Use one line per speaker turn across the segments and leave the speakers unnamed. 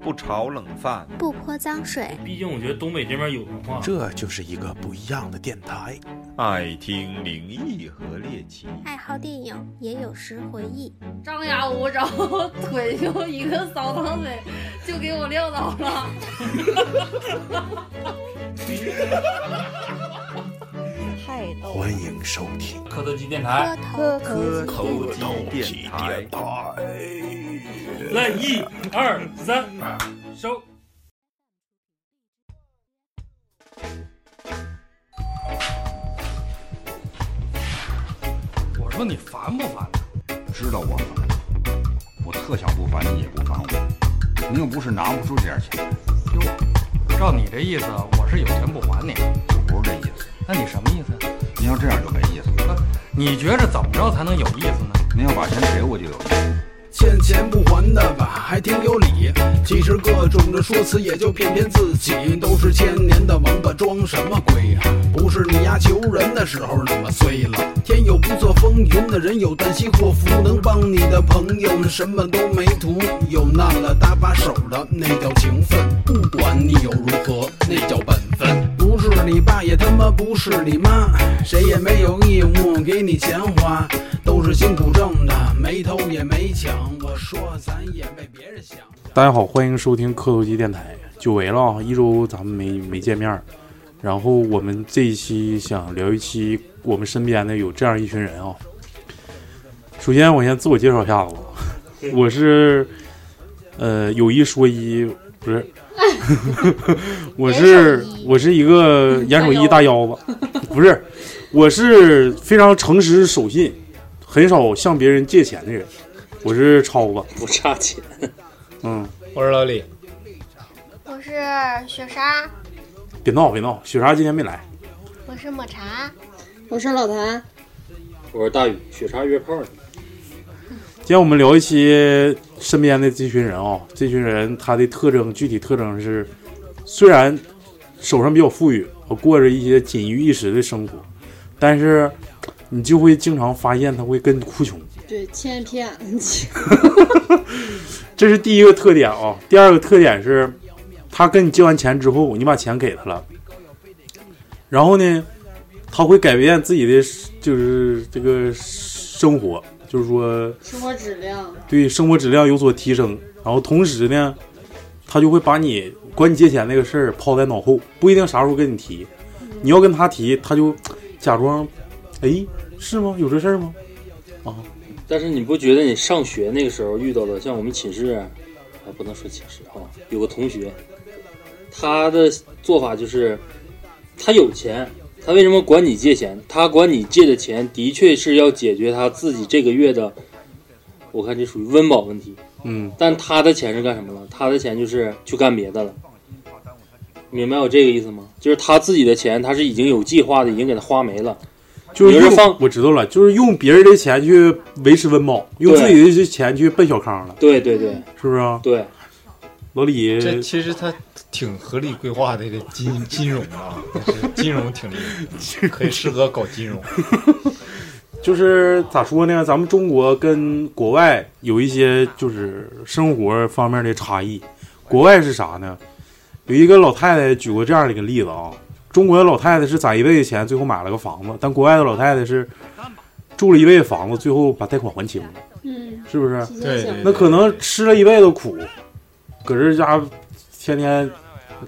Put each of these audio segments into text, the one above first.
不炒冷饭，
不泼脏水，
毕竟我觉得东北这边有文
啊
化。
这就是一个不一样的电台。
爱听灵异和猎奇。
爱好电影，也有时回忆。
张牙舞爪， 腿就一个扫堂腿，就给我撂倒了。
太逗了
欢迎收听
磕头机电
磕
台，
头
磕头
头
机电台，
台。
来一二三，收。我说你烦不烦？
知道我烦，我特想不烦你也不烦我，你又不是拿不出这点钱，
哟，照你这意思，我是有钱不还你，
就不是这意思。
那你什么意思？
您要这样就没意思了，
你觉着怎么着才能有意思呢？
您要把钱给我就有意思。
欠钱不还的吧，还挺有理。其实各种的说辞也就骗骗自己，都是千年的王八，装什么鬼啊？不是你丫求人的时候那么衰了。天有不测风云的人有旦夕祸福，能帮你的朋友那什么都没图。有难了搭把手的那叫情分，不管你又如何，那叫本分。不是你爸也他妈不是你妈，谁也没有义务给你钱花。都是辛苦挣的，没偷也没抢。我说咱也被别人想。
大家好，欢迎收听磕头机电台，久违了啊，一周咱们没没见面儿。然后我们这一期想聊一期我们身边的有这样一群人啊。首先，我先自我介绍一下子吧，
嗯
我是呃有一说一，不 是，我
严
是
守一
我是一个严守一大腰子， 不是，我是非常诚实守信，很少向别人借钱的人，我是超子，
不差钱。
嗯。
我是老李，
我是雪莎，
别闹别闹，雪莎今天没来，
我是抹茶，
我是老谭，
我说大宇，雪茶约炮呢？
今天我们聊一期身边的这群人啊、这群人他的特征具体特征是，虽然手上比较富裕，我过着一些锦衣玉食的生活，但是你就会经常发现他会跟哭穷，
对，千骗
这是第一个特点啊、第二个特点是，他跟你借完钱之后，你把钱给他了，然后呢，他会改变自己的就是这个生活，就是说
生活质量。
对生活质量有所提升，然后同时呢，他就会把你管你借钱那个事儿抛在脑后，不一定啥时候跟你提，
嗯
你要跟他提，他就假装，哎，是吗？有这事儿吗？
但是你不觉得你上学那个时候遇到的，像我们寝室，啊，不能说寝室哈、有个同学，他的做法就是，他有钱，他为什么管你借钱？他管你借的钱的确是要解决他自己这个月的，我看这属于温饱问题。
嗯，
但他的钱是干什么了？他的钱就是去干别的了。明白我这个意思吗？就是他自己的钱，他是已经有计划的，已经给他花没了。
就是
有人
用
放
我知道了，就是用别人的钱去维持温饱，用
对
自己的钱去奔小康了，
对对对
是不是啊？
对，
老李，
这其实他挺合理规划的，这金金融啊， 是金融挺厉害，可以适合搞金融。
就是咋说呢？咱们中国跟国外有一些就是生活方面的差异。国外是啥呢？有一个老太太举过这样的一个例子啊，中国的老太太是攒一辈子钱，最后买了个房子，但国外的老太太是住了一辈子房子，最后把贷款还清了，
嗯，
是不是？
提前
对
想，
那可能吃了一辈子苦，搁这家天天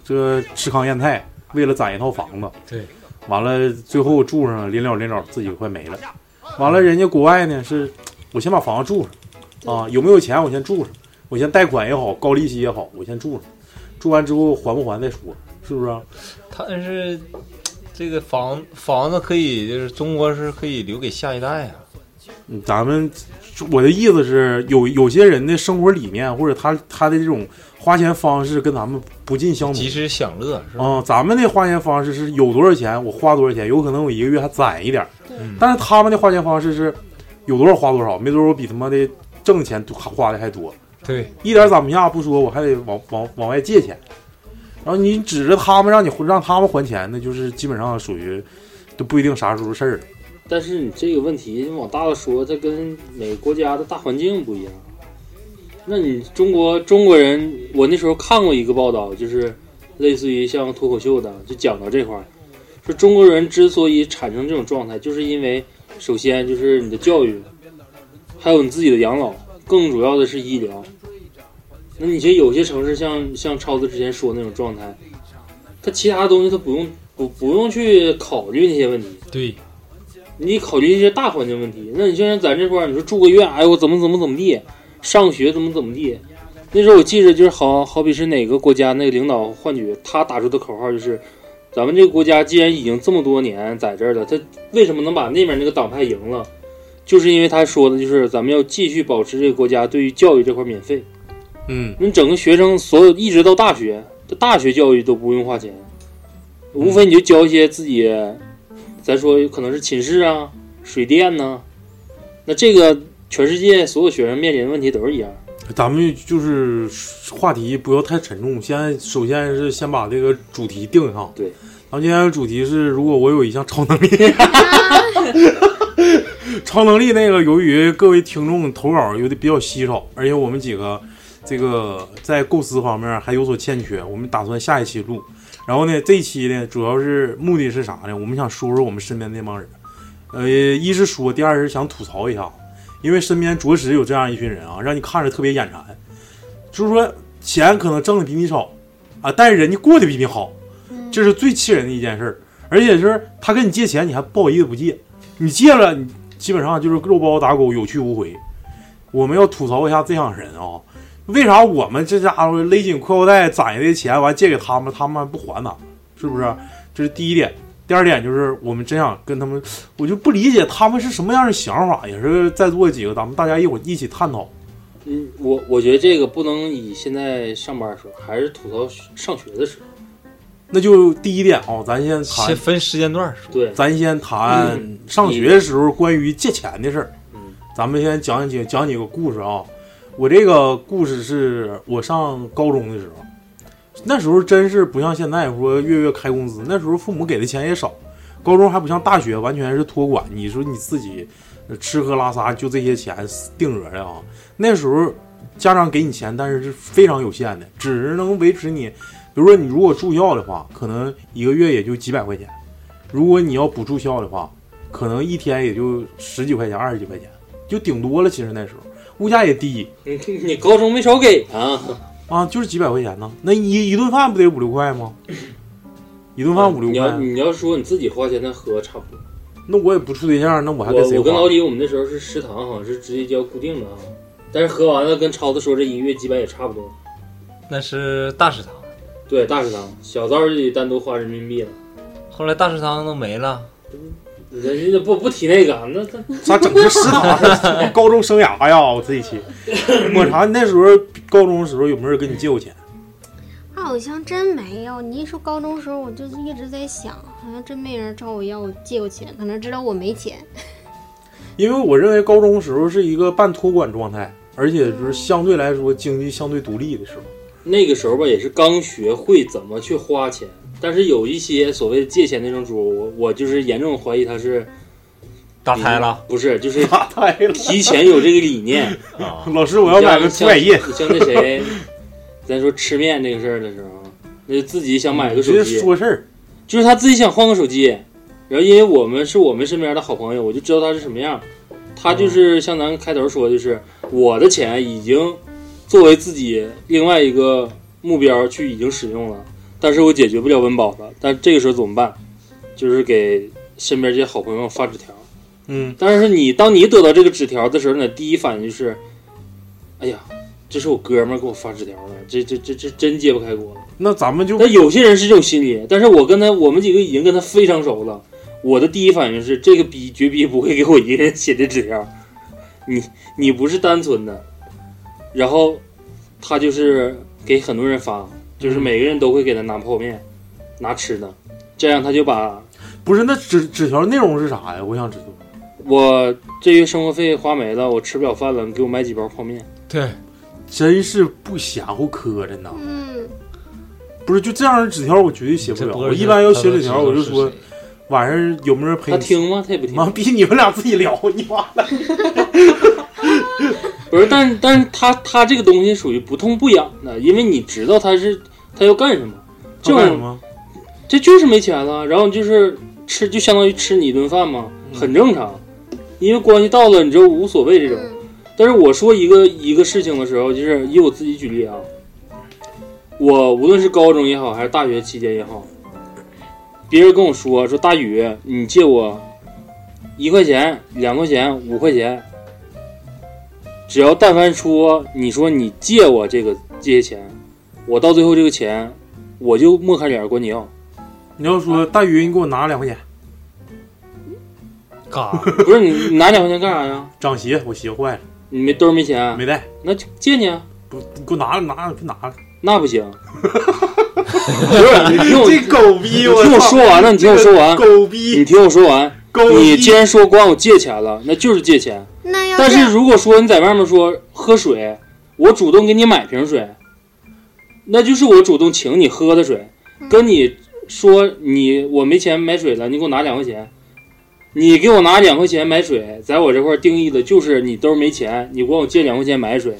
这吃糠咽菜，为了攒一套房子，
对，
完了最后住上了，临了临了自己快没了，完了人家国外呢是，我先把房子住上，啊，有没有钱我先住上，我先贷款也好，高利息也好，我先住上，住完之后还不还再说，是不是啊？
他是这个房房子可以，就是中国是可以留给下一代啊。
嗯咱们我的意思是，有有些人的生活理念或者他他的这种花钱方式跟咱们不尽相同
及。时享乐是吧？
啊、咱们的花钱方式是有多少钱我花多少钱，有可能我一个月还攒一点儿
对。
但是他们的花钱方式是有多少花多少，没准我比他妈的挣钱多花的还多，
对，
一点儿攒不下不说，我还得往往往外借钱。然后你指着他们让你让他们还钱，那就是基本上属于都不一定啥时候事儿了。
但是你这个问题你往大了说，它跟每个国家的大环境不一样。那你中国中国人，我那时候看过一个报道，就是类似于像脱口秀的，就讲到这块儿，说中国人之所以产生这种状态，就是因为首先就是你的教育，还有你自己的养老，更主要的是医疗。那你这有些城市像像超子之前说的那种状态，他其他东西他不用不不用去考虑那些问题，
对，
你考虑一些大环境问题。那你就像咱这块儿，你说住个院，哎呦，我怎么怎么怎么地，上学怎么怎么地。那时候我记着，就是好好比是哪个国家那个领导换举，他打出的口号就是：咱们这个国家既然已经这么多年在这儿了，他为什么能把那边那个党派赢了？就是因为他说的就是咱们要继续保持这个国家对于教育这块免费。
嗯，
你整个学生所有一直到大学，这大学教育都不用花钱，无非你就交一些自己，咱说可能是寝室啊、水电呐、那这个全世界所有学生面临的问题都是一样。
咱们就是话题不要太沉重，先首先是先把这个主题定上。
对，
咱们今天的主题是，如果我有一项超能力，超能力那个由于各位听众投稿有点比较稀少，而且我们几个这个在构思方面还有所欠缺，我们打算下一期录。然后呢，这一期呢主要是目的是啥呢？我们想说说我们身边那帮人，呃，一是说，第二是想吐槽一下。因为身边着实有这样一群人啊，让你看着特别眼馋。就是说，钱可能挣的比你少啊，但是人家过得比你好，这是最气人的一件事儿。而且就是他跟你借钱，你还不好意思不借，你借了，你基本上就是肉包打狗，有去无回。我们要吐槽一下这样人啊，为啥我们这家伙勒紧裤腰带攒下的钱，完借给他们，他们还不还呢？是不是？这是第一点。第二点就是，我们真想跟他们，我就不理解他们是什么样的想法，也是在座几个咱们大家一会儿一起探讨。
嗯，我我觉得这个不能以现在上班的时候，还是吐槽上学的时候。
那就第一点啊、咱先谈，
先分时间段
说。对，
咱先谈
嗯
上学的时候关于借钱的事儿。咱们先讲几讲几个故事啊。我这个故事是我上高中的时候，那时候真是不像现在说月月开工资，那时候父母给的钱也少，高中还不像大学完全是托管，你说你自己呃吃喝拉撒就这些钱定额的啊。那时候家长给你钱，但是是非常有限的，只能维持你，比如说你如果住校的话，可能一个月也就几百块钱；如果你要不住校的话，可能一天也就十几块钱、二十几块钱，就顶多了。其实那时候物价也低，
你你高中没少给啊？
啊，就是几百块钱呢。那一一顿饭不得五六块 吗？一顿饭五六
你
块
要，嗯你要说你自己花钱，那和差不多。
那我也不处对象，那我还
我
跟谁
我跟
花
老？李，我们那时候是食堂，好像是直接交固定的啊。但是喝完了跟超子说这一个月几百也差不多。
那是大食堂，
对，大食堂小灶就得单独花人民币了。
后来大食堂都没了。
人家不不提那个，啊那那
咋整个食堂？ 高中生涯呀，我这一期，抹茶，你那时候高中的时候有没有人跟你借过钱？
好像真没有。你一说高中时候，我就一直在想，好像真没人找我要我借过钱，可能知道我没钱。
因为我认为高中时候是一个半托管状态，而且就是相对来说经济相对独立的时候。
那个时候吧，也是刚学会怎么去花钱，但是有一些所谓的借钱那种主，我我就是严重怀疑他是
打胎了，
不是，就是
打胎了，
提前有这个理念。
老师， 我要买个
像
涂改液。
像像那谁，咱说吃面这个事儿的时候，那就自己想买个手
直
机，
接说事儿，
就是他自己想换个手机，然后因为我们是我们身边的好朋友，我就知道他是什么样。他就是像咱开头说，的，就是我的钱已经作为自己另外一个目标去已经使用了，但是我解决不了温饱了，但这个时候怎么办？就是给身边这些好朋友发纸条。
嗯，
但是你当你得到这个纸条的时候，你的第一反应就是，哎呀，这是我哥们儿给我发纸条的，这这这这真揭不开锅了。
那咱们就
那有些人是这种心理，但是我跟他，我们几个已经跟他非常熟了。我的第一反应是，这个逼绝逼不会给我一个人写这纸条，你你不是单纯的。然后他就是给很多人发，就是每个人都会给他拿泡面，拿吃的，这样他就把
不是那纸纸条内容是啥呀？我想知道。
我这月生活费花没了，我吃不了饭了，你给我买几包泡面。
对，
真是不嫌乎磕碜呐。
嗯，
不是就这样的纸条，我绝对写不
这
了。
不是
我一般要写纸条，
他
我
都
就
知道
说晚上有没有人陪
他
你？
听吗？他也不听。
妈逼，你们俩自己聊，你妈的！
不不是，但是但是他他这个东西属于不痛不痒的，因为你知道他是他要干什么，这
干什
种
么？
这就是没钱了，然后就是吃，就相当于吃你一顿饭嘛，
嗯
很正常。因为关系到了，你就无所谓这
嗯
种。但是我说一个一个事情的时候，就是以我自己举例啊，我无论是高中也好，还是大学期间也好，别人跟我说说大宇，你借我一块钱、两块钱、五块钱，只要但凡说你说你借我这个这些钱，我到最后这个钱我就抹开脸管你哦要。
你要说大鱼，你给我拿两块钱，
干啥？
不是你拿两块钱干啥呀？
涨鞋，我鞋坏了。
你没兜儿没钱？啊
没带，
那就借你啊。
不，你给我拿了，拿了，别拿了。
那不行。 不是，你听我
这狗逼
你
我
听我
操
说完了，你听我说完。
这个狗逼
你听我说完。
狗逼
你既然说管我借钱了，那就是借钱。
那要
但
这
是
样
如果说你在外面说喝水，我主动给你买瓶水，那就是我主动请你喝的水，
嗯
跟你说你我没钱买水了，你给我拿两块钱，你给我拿两块钱买水，在我这块儿定义的就是你兜儿没钱，你管我借两块钱买水，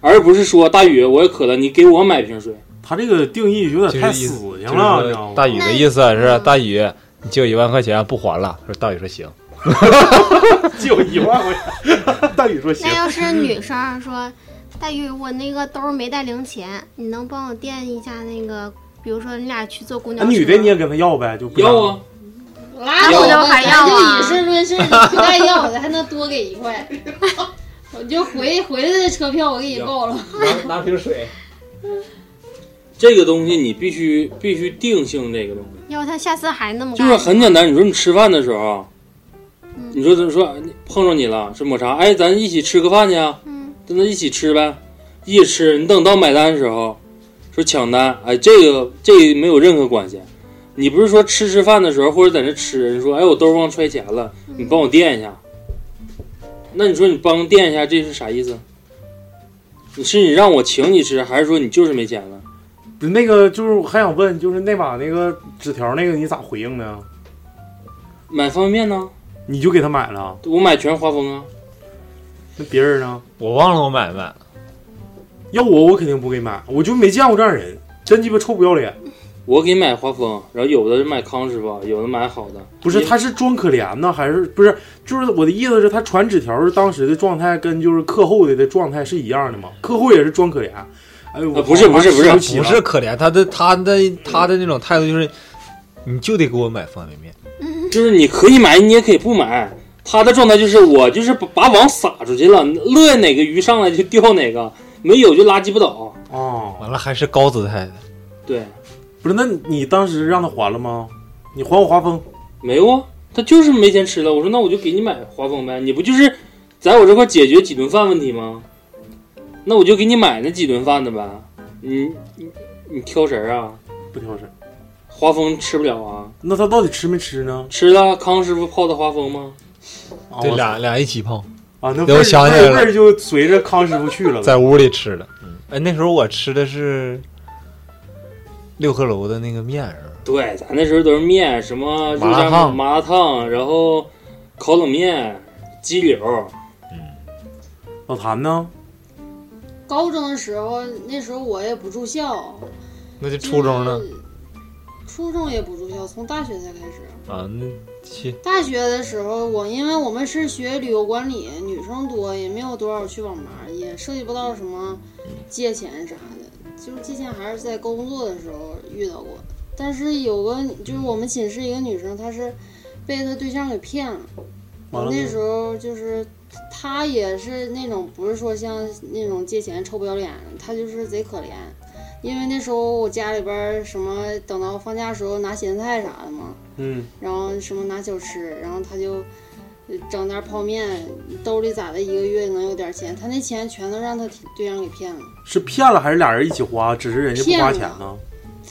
而不是说大宇我也渴了，你给我买瓶水。
他这个定义有点太
就
死
是
性了，你知道
说
吗？
大宇的意思是大宇，你借我一万块钱不还了。说大宇说行，
借我一万块 钱。大宇说行
那。要是女生儿说，黛玉，我那个兜儿没带零钱，你能帮我垫一下那个？比如说你俩去坐公交
那
啊
车，
女的你也跟他要呗，就不要啊。
拉
要
倒
就
吧，
还要啊
咱就以事论事，你不带要的还能多给 一块，我就回回来的车票我给你报了。
拿瓶水。
这个东西你必须必须定性这个东西。
要不她下次还那么
就是很简单。你说你吃饭的时候，啊你说他说碰着你了是抹茶，哎，咱一起吃个饭去啊，
嗯
跟他一起吃呗，一起吃。你等到买单的时候，说抢单，哎，这个这个没有任何关系。你不是说吃吃饭的时候或者在那吃，你说哎我兜忘揣钱了，你帮我垫一下。那你说你帮垫一下，这是啥意思？你是你让我请你吃，还是说你就是没钱了？
不是那个，就是我还想问，就是那把那个纸条那个，你咋回应的？
买方便面呢？
你就给他买了？
我买全是华丰啊。
那别人呢？
我忘了我买没买。
要我，我肯定不给买，我就没见过这样人，真鸡巴臭不要脸。
我给买华丰，然后有的是买康师傅，有的买好的。
不是，他是装可怜呢，还是不是？就是我的意思是，他传纸条当时的状态跟就是课后的的状态是一样的吗？课后也是装可怜。哎呦，我
不
不
是可怜，他的他的他的那种态度就是，你就得给我买方便面。
就是你可以买，你也可以不买。他的状态就是我就是把把网撒出去了，乐哪个鱼上来就钓哪个，没有就拉鸡巴倒。
哦，
完了还是高姿态的。
对，
不是，那你当时让他还了吗？你还我华丰？
没有啊，他就是没钱吃了。我说那我就给你买华丰呗，你不就是在我这块解决几顿饭问题吗？那我就给你买那几顿饭的呗。你你你挑食儿啊？
不挑食儿。
华丰吃不了啊？
那他到底吃没吃呢？
吃了康师傅泡的华丰吗？
对，俩俩一起碰
啊，那
对我
味儿
想起来
味儿
了
味儿就随着康师傅去了呗。
在屋里吃的。哎，那时候我吃的是六合楼的那个面是吧
对，咱那时候都是面，什么肉
麻辣
夹
烫
麻辣烫，然后烤冷面、鸡柳。
老谭呢？
高中的时候，那时候我也不住校，嗯
那就初中呢
初中也不住校，从大学才开始。
啊，那去
大学的时候，我因为我们是学旅游管理，女生多，也没有多少去网吧，也涉及不到什么借钱啥的，就是借钱还是在工作的时候遇到过。但是有个就是我们寝室一个女生，她是被她对象给骗了。
嗯完
我
了呢
那时候就是她也是那种不是说像那种借钱臭不要脸的，她就是贼可怜。因为那时候我家里边儿什么等到放假时候拿咸菜啥的嘛，
嗯，
然后什么拿酒吃，然后他就呃整点泡面，兜里咋的一个月能有点钱，他那钱全都让他对象给骗了。
是骗了还是俩人一起花？只是人家不花钱
骗
呢？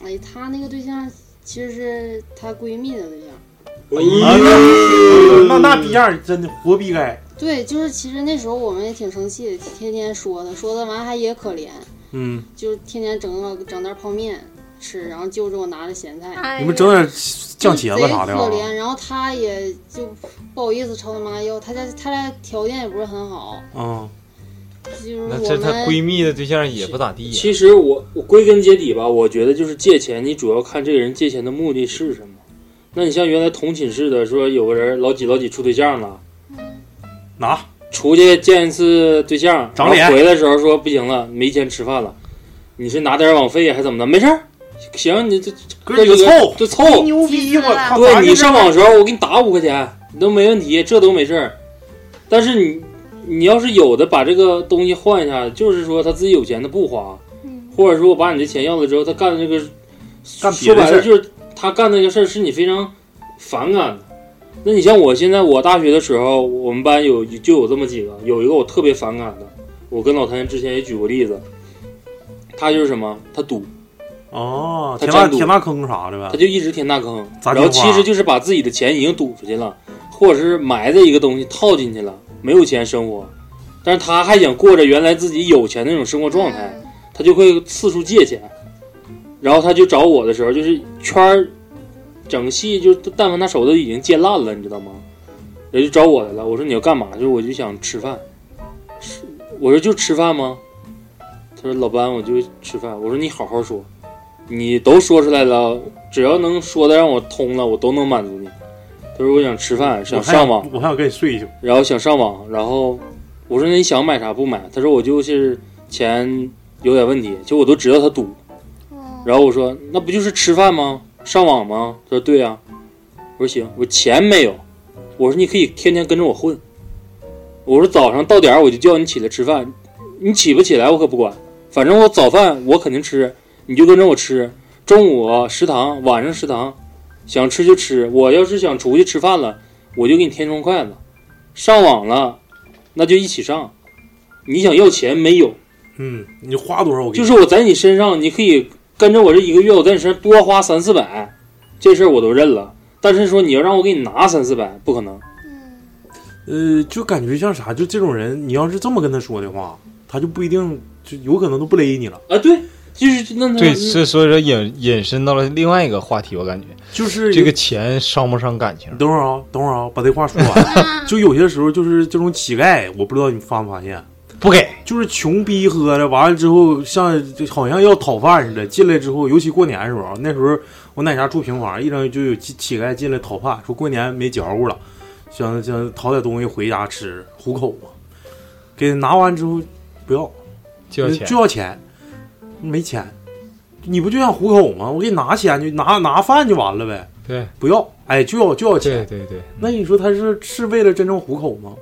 哎，他那个对象其实是她闺蜜的对象。
哎呦那那逼样儿真的活逼该。
对，就是其实那时候我们也挺生气的，天天说他，说他完还也可怜，
嗯，
就天天整个整袋泡面吃，然后揪着我拿着咸菜。
你
哎
们整点酱茄子啥
贼
的
哎可
啊？
怜，然后他也就不好意思朝他妈要，他家他家条件也不是很好，
嗯，
就是我
那
们
这她闺蜜的对象也不咋地呀。
其实我我归根结底吧，我觉得就是借钱，你主要看这个人借钱的目的是什么。那你像原来同寝室的，说有个人老几老几处对象了，
拿
出去见一次对象，
长脸
然后回来的时候说不行了，没钱吃饭了，你是拿点网费还是怎么的？没事儿，行，你就
哥几个凑
就凑，
牛逼！我靠，
对你上网的时候，我给你打五块钱，都没问题，这都没事儿。但是你，你要是有的把这个东西换一下，就是说他自己有钱他不花，
嗯
或者说我把你的钱要了之后，他干的这个，
干别
说
的
白
事儿
了就是他干的这个事儿是你非常反感的。那你像我现在，我大学的时候，我们班有就有这么几个，有一个我特别反感的，我跟老谭之前也举过例子，他就是什么，他赌，
哦，
他
填大
占赌
填大坑啥的呗，
他就一直填大坑，
砸
然
电
后
话
其实就是把自己的钱已经赌出去了，或者是埋在一个东西套进去了，没有钱生活，但是他还想过着原来自己有钱那种生活状态，他就会四处借钱，然后他就找我的时候，就是圈儿整个系就但凡他手都已经借烂了，你知道吗？人就找我来了，我说你要干嘛？就是我就想吃饭，吃我说就吃饭吗？他说老班我就吃饭，我说你好好说，你都说出来了，只要能说的让我通了，我都能满足你。他说我想吃饭，
我
想
还
上网，
我还想跟你睡一宿。
然后想上网，然后我说那你想买啥不买？他说我就是钱有点问题，就我都知道他赌。然后我说那不就是吃饭吗？上网吗？他说对呀、我说行，我说钱没有，我说你可以天天跟着我混。我说早上到点儿我就叫你起来吃饭，你起不起来我可不管，反正我早饭我肯定吃，你就跟着我吃。中午啊食堂，晚上食堂，想吃就吃。我要是想出去吃饭了，我就给你添双筷子。上网了，那就一起上。你想要钱没有？
嗯，你花多少我给
就
你。
是我在你身上，你可以跟着我这一个月，我在你身上多花三四百，这事儿我都认了。但是说你要让我给你拿三四百，不可能。
嗯
呃，就感觉像啥，就这种人，你要是这么跟他说的话，他就不一定，就有可能都不勒你了。
啊，对，就是那那
对，所以所以说引引申到了另外一个话题，我感觉
就是
这个钱伤不伤感情？
等会儿啊，等会儿啊，把这话说完。就有些时候，就是这种乞丐，我不知道你发没发现，
不给，
就是穷逼喝的，完了之后像就好像要讨饭似的。进来之后，尤其过年的时候，那时候我奶家住平房，一整就有乞乞丐进来讨饭，说过年没嚼乎了，想想讨点东西回家吃糊口嘛。给拿完之后，不要，
就要钱
就要钱，没钱，你不就想糊口吗？我给你拿钱就拿拿饭就完了呗。
对，
不要，哎，就要就要钱。
对对对，
那你说他是是为了真正糊口吗？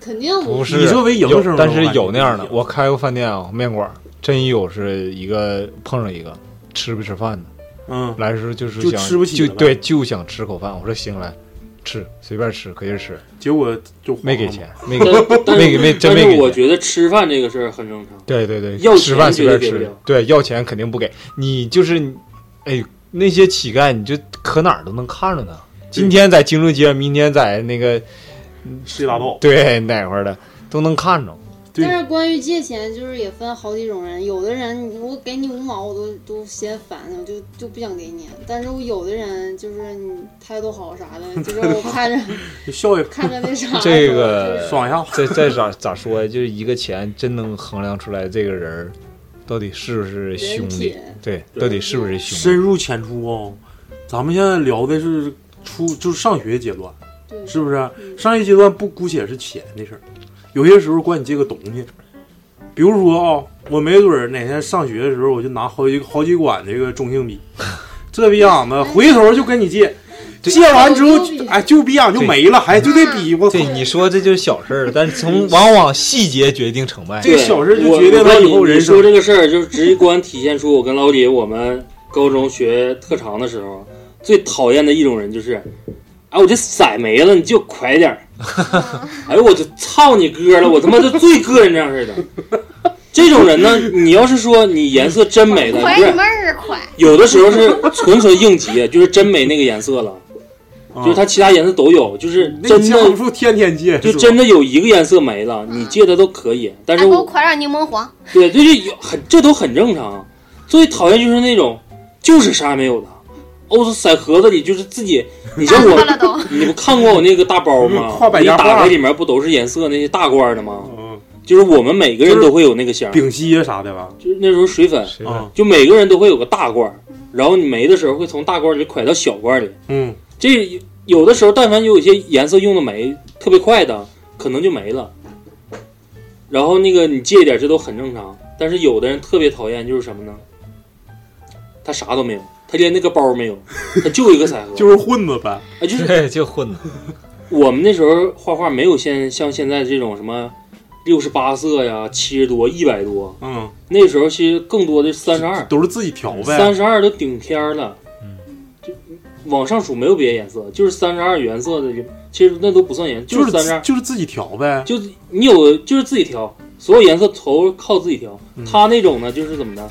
肯定
不是，
你作为营生的话
有但是有那样的，我开过饭店啊，面馆儿，真有是一个碰上一个吃不吃饭的，
嗯，
来的时候就是
就
想
吃不起
就
了呗
对，就想吃口饭。我说行，来吃，随便吃，可劲儿吃。
结果就
没给钱，没
但
给，
但
没给，
是
没真
但
没给
是
钱。
我觉得吃饭这个事儿很正常。
对对对，
要
吃
钱
饭随
绝对
便
给不
吃
了。，
对，要钱肯定不给你，就是，哎，那些乞丐，你就可哪儿都能看着呢。今天在京中街，明天在那个
世纪大道，
对哪块儿的都能看着。
但是关于借钱，就是也分好几种人，有的人你我给你五毛，我都都嫌烦，我就就不想给你。但是我有的人就是你态度好啥的，就是我看着
就笑一
看着那啥，
这个
呃爽
呃
呀！
这这咋咋说呀？就是一个钱真能衡量出来这个人儿到底是不是兄弟
人品，
对，到底是不是兄弟？
深入浅出啊、咱们现在聊的是初，就是上学阶段，是不是？上学阶段不姑且是钱的事儿，有些时候管你借个东西，比如说啊、我没准儿哪天上学的时候，我就拿好几好几管这个中 性笔，这逼样
哎
子回头就跟你借，借完之后，哎，就逼样就没了，还就这逼，我操！
对，你说这就是小事儿，但是从往往细节决定成败。
对我我告诉你你说这个事儿，就是直观体现出我跟老李我们高中学特长的时候，最讨厌的一种人就是，哎，我这色没了，你就快点 儿。哎呦，我就操你哥了，我他妈就最膈应这样式的。这种人呢，你要是说你颜色真没了，不
快
是
你妹儿快！
有的时候是纯纯应急，就是真没那个颜色了，就是他其他颜色都有，就是
啊那
真
你
的
不住天天借，
就是
吧
真的有一个颜色没了，你借的都可以，但是
啊哎给我
我
快点柠檬黄，
对，这就有很这都很正常。最讨厌就是那种就是啥也没有的，哦，这塞盒子里就是自己，你像我，你不看过我那个大包吗？
跨百
你
家
打
花
嗯
开里面不都是颜色那些大罐的吗？就是我们每个人都会有那个箱，
丙烯呀啥的吧？
就是那时候水粉
粉啊，
就每个人都会有个大罐儿，然后你没的时候会从大罐儿里蒯到小罐儿里。
嗯，
这有的时候，但凡有一些颜色用的没特别快的，可能就没了。然后那个你借一点，这都很正常。但是有的人特别讨厌，就是什么呢？他啥都没有，他连那个包没有，他就一 个彩盒，
就是混子呗。
啊，就是
对，就混子。
我们那时候画画没有现像现在这种什么六十八色呀、七十多、一百多，
嗯，
那时候其实更多的三十二，
都是自己调呗
三十二都顶天儿了，就往上数没有别的颜色，就是三十二原色的，其实那都不算颜，
就是
是三十二，
就是自己调呗，
就你有就是自己调，所有颜色头靠自己调。
嗯
他那种呢，就是怎么的，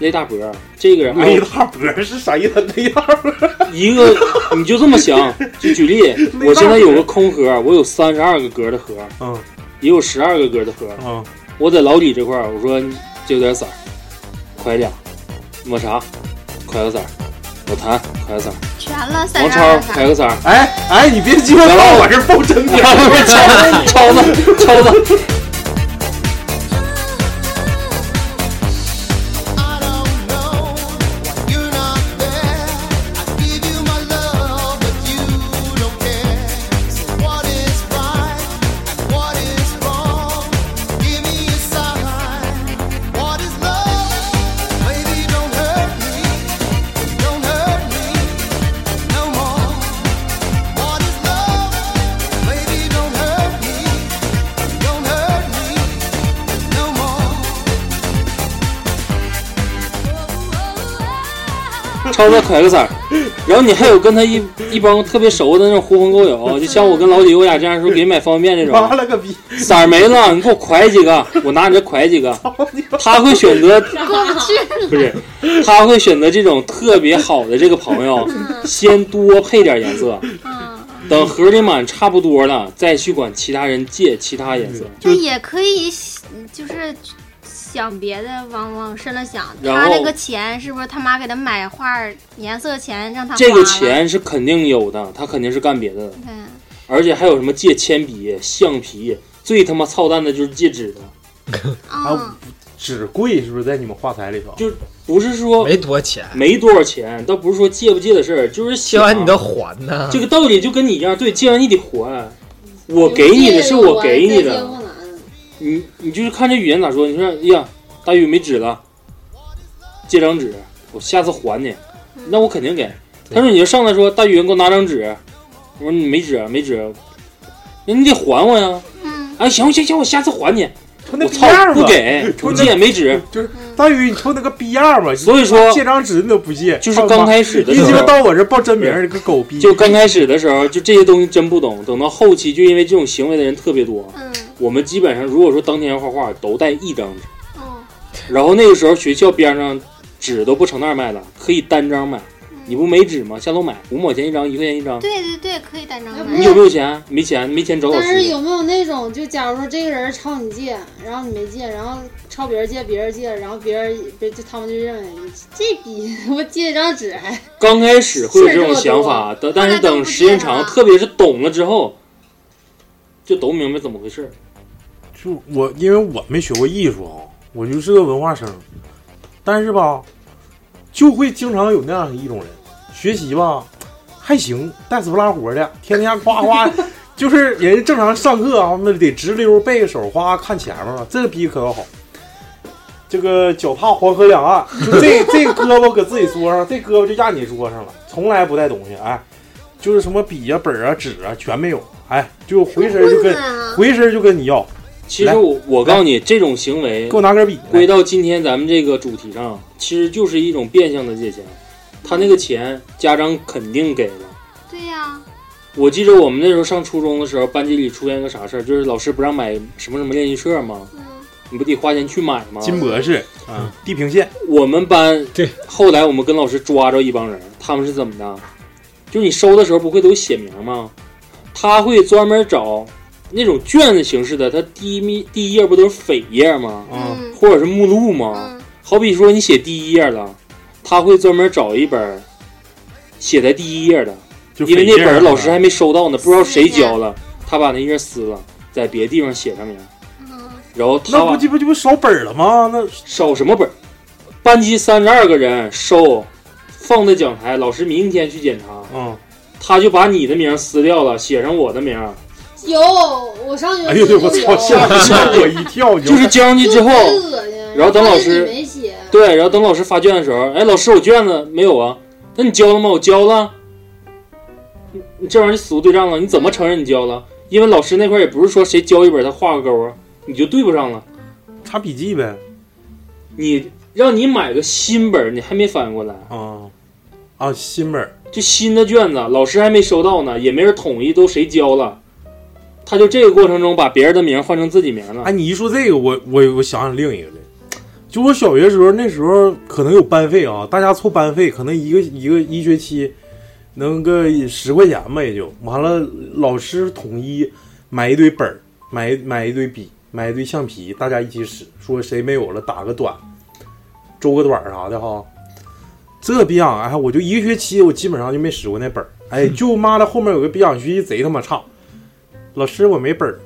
勒大脖儿，这个人
勒 大脖儿是啥意思？勒大脖
儿，一 个你就这么想，就举例，我现在有个空盒，我有三十二个格的盒，
嗯，
也有十二个格的盒，
嗯，
我在老李这块儿，我说这有点色儿，快俩，抹茶，快个色儿，老谭，快个色儿，
全了
王
三十
超
二，
快个色儿，
哎哎，你别鸡巴老往这报真名，
超子超子。超子快个色儿，然后你还有跟他一一帮特别熟的那种狐朋狗友，就像我跟老李我俩这样说给你买方便面那
妈
种，
了个逼！
色儿没了，你给我快几个，我拿你这快几个。他会选择
过不去了。
不是，他会选择这种特别好的这个朋友，
嗯
先多配点颜色，等盒里满差不多了，再去管其他人借其他颜色。
那也可以，就是想别的，往往深了想。
然
他那
后
个钱是不是他妈给他买画颜色钱让他
这
花
个
了
钱是肯定有的，他肯定是干别的的，
对
而且还有什么借铅笔、橡皮，最他妈操蛋的就是借纸的。
嗯
啊，纸贵是不是在你们画材里头？
就不是说
没多钱，
没多少钱，倒不是说借不借的事儿，就是借
完你得还呐
这个道理就跟你一样，对，借完你得还。我给你的是我给你的，你你就是看这语言咋说？你说，哎呀，大宇没纸了，借张纸，我下次还你，那我肯定给。他说你就上来说，大宇，你给我拿张纸。我说你没纸，啊没纸，那你得还我呀。哎，行行行，我下次还你。我
逼
操
样，吧
不 给，
瞅
我
那
借没纸。
就是大宇，你瞅那个逼样吧。
所以说
借张纸你都不借，
就是刚开始的时候
你鸡巴到我这报真名儿，你个狗逼！
就刚开始的时候，就这些东西真不懂。等到后期，就因为这种行为的人特别多，
嗯
我们基本上如果说当天要画画，都带一张纸。
嗯
然后那个时候学校边上纸都不成袋卖了，可以单张买。你不没纸吗？下楼买，五毛钱一张，一块钱一张。
对对对，可以单张买。
嗯
嗯
你有没有钱？没钱，没钱找老
但是
师。
有没有那种，就假如说这个人朝你借，然后你没借，然后朝别人借，别人借，然后别人别就他们就认为你这逼 我借一张纸还
刚开始会有这种想法，
是这
但
么多
但是等时间长，特别是懂了之后，就都明白怎么回事儿。
就我，因为我没学过艺术啊，我就是个文化生，但是吧，就会经常有那样一种人，学习吧还行，但死不拉活的，天天夸夸，就是人正常上课啊，那得直溜背个手，夸看前面了，这个逼可倒好。这个脚踏黄河两岸，就这 这个胳膊搁自己桌上，这胳膊就压你桌上了，从来不带东西，哎，就是什么笔呀、本儿啊、纸啊，全没有，哎，就回身就跟回身就跟你要，
其实我我告诉你，这种行为
给我拿根笔。
归到今天咱们这个主题上，其实就是一种变相的借钱。他那个钱，家长肯定给了。
对呀、
我记得我们那时候上初中的时候，班级里出现一个啥事儿，就是老师不让买什么什么练习册吗？你不得花钱去买吗？
金博士，
嗯
啊，地平线，
我们班对，后来我们跟老师抓着一帮人，他们是怎么的？就是你收的时候不会都写名吗？他会专门找那种卷子形式的，它第一咪第一页不都是扉页吗？
嗯，
或者是目录吗？
嗯
好比说你写第一页了，他会专门找一本写在第一页的，
就
因为那
扉页
本
儿啊
老师还没收到呢，不知道谁交了，他把那页撕了，在别的地方写上名。啊然后他
那不鸡巴鸡巴少本了吗？那
少什么本儿？班级三十二个人收，放在讲台，老师明天去检查。
嗯，
他就把你的名儿撕掉了，写上我的名儿。
有，我上学
哎呦
就
对
有。
我操吓吓我一跳 就是将近之后
就贼恶心
然后等老师
关键你没写，
对，然后等老师发卷的时候，哎，老师，我卷子没有啊？那你交了吗？我交了。你你这玩意儿就死无对账了，你怎么承认你交了？因为老师那块儿也不是说谁交一本他画个勾啊，你就对不上了。
擦笔记呗。
你让你买个新本儿，你还没反应过来
啊？啊，新本儿，
这新的卷子老师还没收到呢，也没人统一都谁交了。他就这个过程中把别人的名儿换成自己名儿了。
哎，你一说这个，我我我想想另一个来。就我小学时候，那时候可能有班费啊，大家凑班费，可能一个一个一学期能个十块钱吧，也就完了。老师统一买一堆本儿，买买一堆笔，买一堆橡皮，大家一起使，说谁没有了打个短，周个短儿啥的哈。这逼样，哎，我就一个学期，我基本上就没使过那本儿。哎，就妈的后面有个逼样，学习贼他妈差。老师，我没本儿。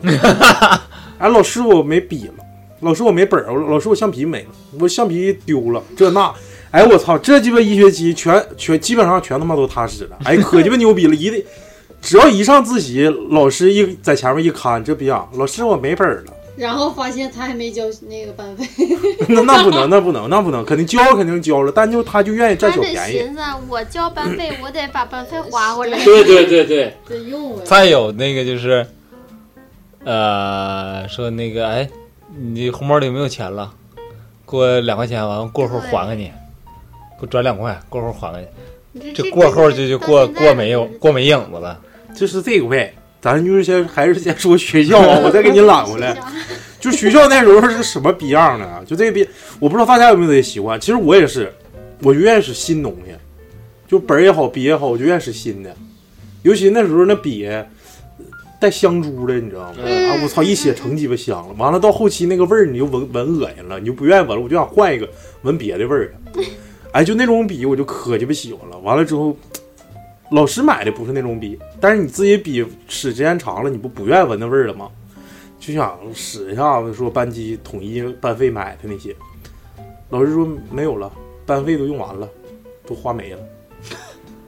哎，老师，我没笔了。老师，我没本儿。老师，我橡皮没了。我橡皮丢了。这那，哎，我操，这鸡巴一学期全全基本上全他妈都踏实了。哎，可鸡巴牛逼了！一定，只要一上自习，老师一在前面一看，这逼样，老师我没本儿了。
然后发现他还没交那个班费，
那那不能，那不能，那不能，肯定交肯定交了，但就他就愿意占
他
小
得
便宜。
寻思，我交班费，我得把班费花回来。
对对对对，
得用啊。
再有那个就是，呃，说那个哎，你红包里有没有钱了？给我两块钱，完了过会儿还给你，给我转两块，过会儿还给
你。
嗯这过后就就过过没有过没影子了。
就是这个呗，咱就是先还是先说学校啊，我再给你揽回来。就学校那时候是什么逼样的啊？就这逼，我不知道大家有没有这习惯。其实我也是，我就愿意使新东西，就本儿也好，笔也好，我就愿意使新的。尤其那时候那笔带香珠的，你知道吗？
嗯
啊，我操，一写成鸡巴香了。完了到后期那个味儿，你就闻闻恶心了，你就不愿意闻了，我就想换一个闻别的味儿。哎，就那种笔我就可鸡巴喜欢了。完了之后，老师买的不是那种笔，但是你自己笔使时间长了，你不不愿意闻那味儿了吗？就想使一下子，说班级统一班费买的那些，老师说没有了，班费都用完了，都花没了。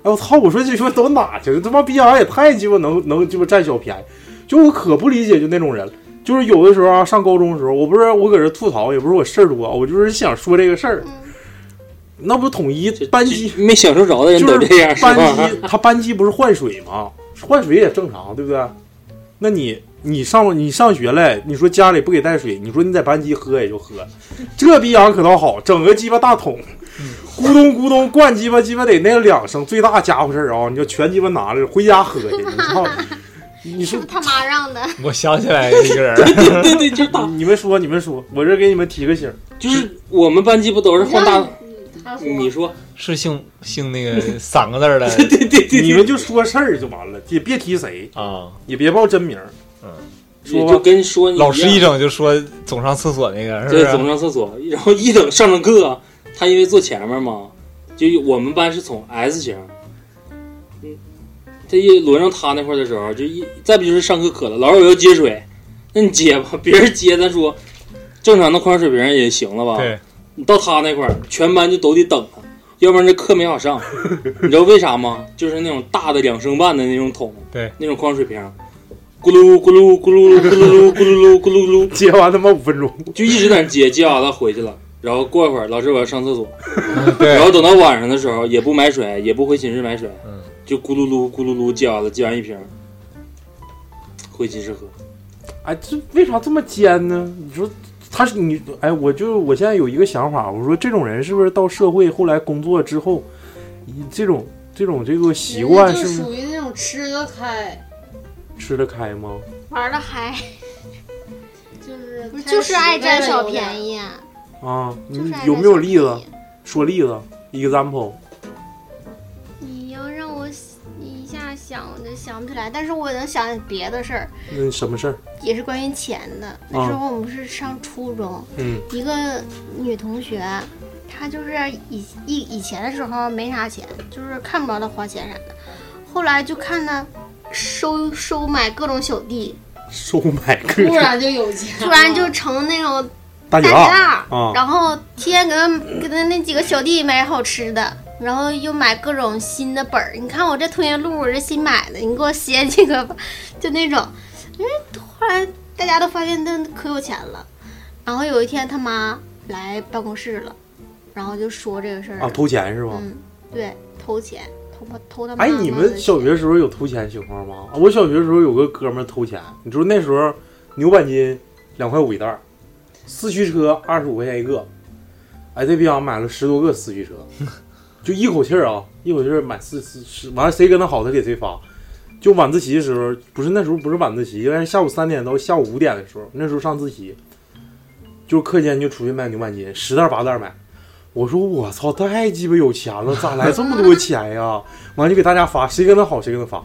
哎我操！我说这说都哪去了？他妈逼样也太鸡巴能能鸡巴占小便宜，就我可不理解就那种人，就是有的时候啊，上高中的时候，我不是我搁这吐槽，也不是我事儿多，我就是想说这个事儿。那不统一班级
没享受着的人
就是
都这样是吧
班级他班级不是换水吗？换水也正常，对不对？那你你上你上学了，你说家里不给带水，你说你在班级喝也就喝，这逼样可倒好，整个鸡巴大桶，咕咚咕咚灌鸡巴鸡巴得那两声，最大家伙事儿啊，你就全鸡巴拿着回家喝去，你操！你 说
他妈让的，
我想起来一个人，
对对，就大。
你们说，你们说，我这给你们提个醒，
就是我们班级不都是换大？
嗯
他说
你说
是姓姓那个三个字儿的，
你们就说事儿就完了，也别提谁
啊，
也别报真名儿，
嗯，
说吧
就跟说你
老师
一
一
样
整就说总上厕所那个，是不
对
是？
总上厕所，然后一等上上课，他因为坐前面嘛，就我们班是从 S 型，嗯，这一轮上他那块儿的时候，就一再不就是上课渴了，老师我要接水，那你接吧，别人接咱说正常的矿泉水瓶也行了吧？
对，
你到他那块儿，全班就都得等他，要不然这课没法 上。你知道为啥吗？就是那种大的两升半的那种桶，
对，
那种矿泉水瓶，咕噜咕噜咕噜咕噜咕噜咕噜咕噜咕噜，
接完他妈五分钟，
就一直在那接，接完了回去了。然后过一会儿，老师我要上厕所，
对
然后等到晚上的时候也不买水，也不回寝室买水，
嗯
就咕噜噜咕噜噜接完了，接完一瓶，回寝室喝。
哎，这为啥这么尖呢？你说他是你，哎，我就我现在有一个想法，我说这种人是不是到社会后来工作之后，你这种这种这个习惯
人家
是
就
不是
属于那种吃得开，
吃得开吗？
玩的嗨，
就是
不就是爱占小便
宜。
宜。
啊，
嗯
就是
你
爱
有
在
没有
小
例子？说例子，example，
你要让我一下想，我就想不起来，但是我能想起别的事儿，
那嗯什么事儿？
也是关于钱的。那
啊
时候我们是上初中，
嗯
一个女同学，她就是以以以前的时候没啥钱，就是看不着她花钱啥的，后来就看她收收买各种小弟，
收买客
突
人，
然就有钱，
突然就成那种
大姐
姐
大
大，
啊
然后天天给他给他那几个小弟买好吃的，然后又买各种新的本儿。你看我这通讯录，我这新买的，你给我写几个吧，就那种。 因为后来大家都发现他可有钱了，然后有一天他妈来办公室了，然后就说这个事儿
啊，偷钱是吧？
嗯，对，偷钱，偷他偷他妈
哎，
妈
你
妈
们
的
小学时候有偷钱情况吗？啊我小学时候有个哥们儿偷钱，你知道那时候牛板筋两块五一袋儿，四驱车二十五块钱一个，哎，这逼样买了十多个四驱车， 就一口气儿啊，一口气儿买四四十，完了谁跟他好他给谁发。就晚自习的时候，不是那时候不是晚自习，但是下午三点到下午五点的时候，那时候上自习，就是课间就出去卖牛板筋，十袋儿八袋儿买。我说我操，太鸡巴有钱了，咋来这么多钱呀？完就给大家发，谁跟他好谁跟他发，